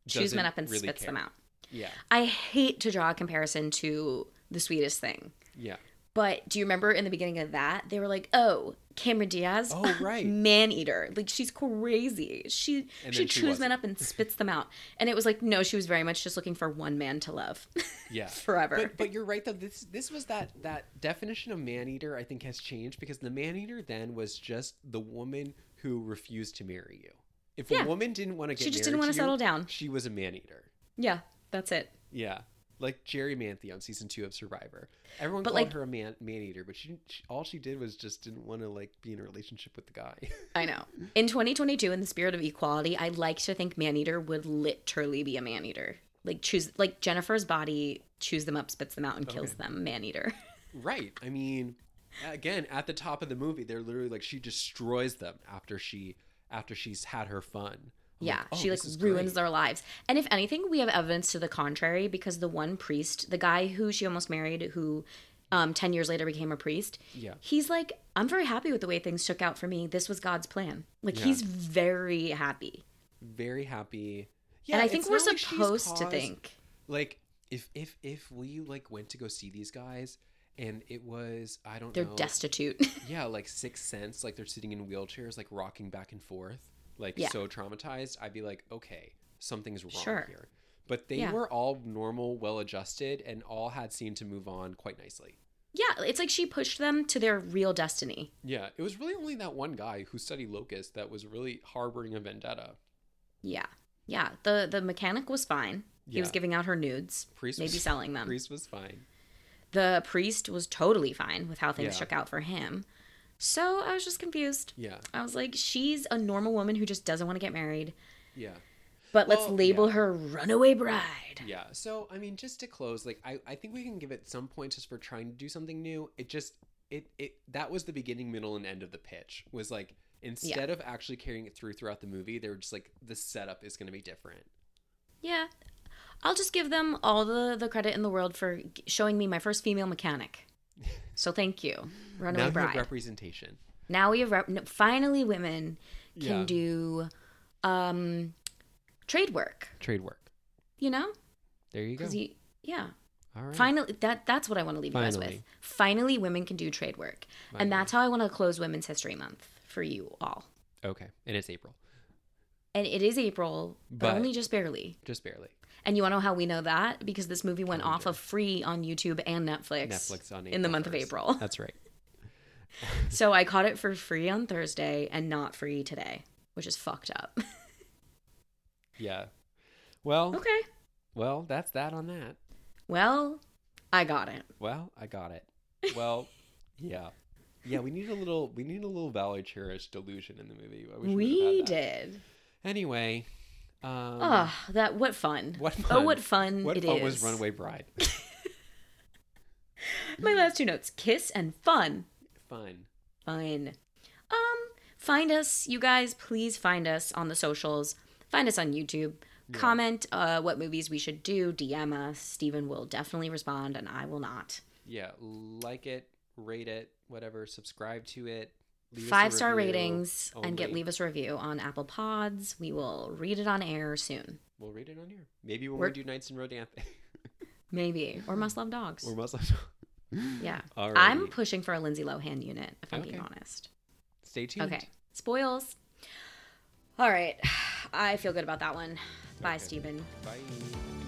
Chews
Choose
men up and spits them out.
Yeah.
I hate to draw a comparison to the sweetest thing.
Yeah.
But do you remember in the beginning of that, they were like, "Oh, Cameron Diaz, ah,
Oh, right.
man eater, like she's crazy. She
And
she
then she
chews men
wasn't.
up and spits them out." And it was like, no, she was very much just looking for one man to love
Yeah.
forever.
But, but you're right though. This this was that that definition of man eater I think has changed because the man eater then was just the woman who refused to marry you. If
Yeah.
a woman didn't want to get
she just didn't
married
want
to
to settle
you,
down.
She was a man eater.
Yeah, that's it.
Yeah, like Jerry Manthe on season two of Survivor. Everyone
But,
called
like-
her a man man eater, but she, didn't- she all she did was just didn't want to like be in a relationship with the guy.
I know. In 2022, in the spirit of equality, I like to think man eater would literally be a man eater. Like choose like Jennifer's body chews them up, spits them out, and kills
Okay.
them. Man eater.
right. I mean, again, at the top of the movie, they're literally like she destroys them after she after she's had her fun. I'm
Yeah,
oh,
she like
this is
ruins
great.
their lives. And if anything, we have evidence to the contrary because the one priest, the guy who she almost married, who um, 10 years later became a priest,
Yeah.
he's like, I'm very happy with the way things shook out for me. This was God's plan. Like,
Yeah.
he's very happy.
very happy. Yeah,
and I
it's
think we're
not like she's
supposed to
caused-
think,
like if if if we like went to go see these guys and it was I don't
they're
know
destitute.
yeah like sixth sense like they're sitting in wheelchairs like rocking back and forth like
Yeah.
so traumatized I'd be like okay something's wrong
Sure.
here but they
Yeah.
were all normal well adjusted and all had seemed to move on quite nicely
yeah, it's like she pushed them to their real destiny.
yeah it was really only that one guy who studied locust that was really harboring a vendetta
Yeah. Yeah. The, the mechanic was fine. He was
Yeah.
giving out her nudes,
priest
maybe
was,
selling them.
priest was fine
the priest was totally fine with how things
Yeah.
shook out for him. So I was just confused.
yeah
I was like, she's a normal woman who just doesn't want to get married,
yeah
but let's
Well,
label
yeah.
her runaway bride.
Yeah. So I mean, just to close, like I, I think we can give it some points just for trying to do something new. It just it it that was the beginning, middle, and end of the pitch. Was like instead of actually carrying it through throughout the movie, they were just like the setup is going to be different.
Yeah. I'll just give them all the, the credit in the world for g- showing me my first female mechanic. So thank you,
now
runaway
we have
bride.
representation.
now we have rep- no, finally women can
Yeah.
do um trade work,
Trade work.
you know?
There you go.
'Cause you yeah.
All right.
Finally, that that's what I want to leave you guys with.
Finally.
Finally, women can do trade work,
Finally.
and that's how I want to close Women's History Month for you all.
Okay. And it's April,
And it is April, but,
But-
only just barely.
just barely.
And you want to know how we know that because this movie went off
Calendar.
of free on YouTube and Netflix,
Oh Netflix on April
in the month of
1st.
April.
That's right.
so I caught it for free on Thursday and not free today, which is fucked up.
Yeah. Well,
okay,
well, that's that on that.
well, I got it.
Well, I got it. Well, yeah. Yeah, we need a little we need a little Valerie Cherish delusion in the movie. I wish
We,
we would've had that.
did.
Anyway, um
Ugh, that what fun.
what
Oh,
fun.
what fun
what
it
fun
is.
was Runaway Bride?
My last two notes: kiss and fun.
fun.
Fun. Um, find us, you guys. Please find us on the socials. Find us on YouTube. Comment uh, what movies we should do. DM us. Steven will definitely respond, and I will not.
Yeah, like it, rate it, whatever, subscribe to it. leave us a
Five star
review
ratings and get
only.
leave us a review on Apple Pods. We will read it on air soon,
We'll read it on here. Maybe when
We're-
we do Nights in Rodanthe
maybe. Or must love dogs.
or Muslim.
yeah,
All
I'm pushing for a Lindsay Lohan unit. If I'm being
Okay.
honest.
Stay tuned.
Okay, spoils. All right, I feel good about that one. Bye,
Okay.
Steven.
Bye.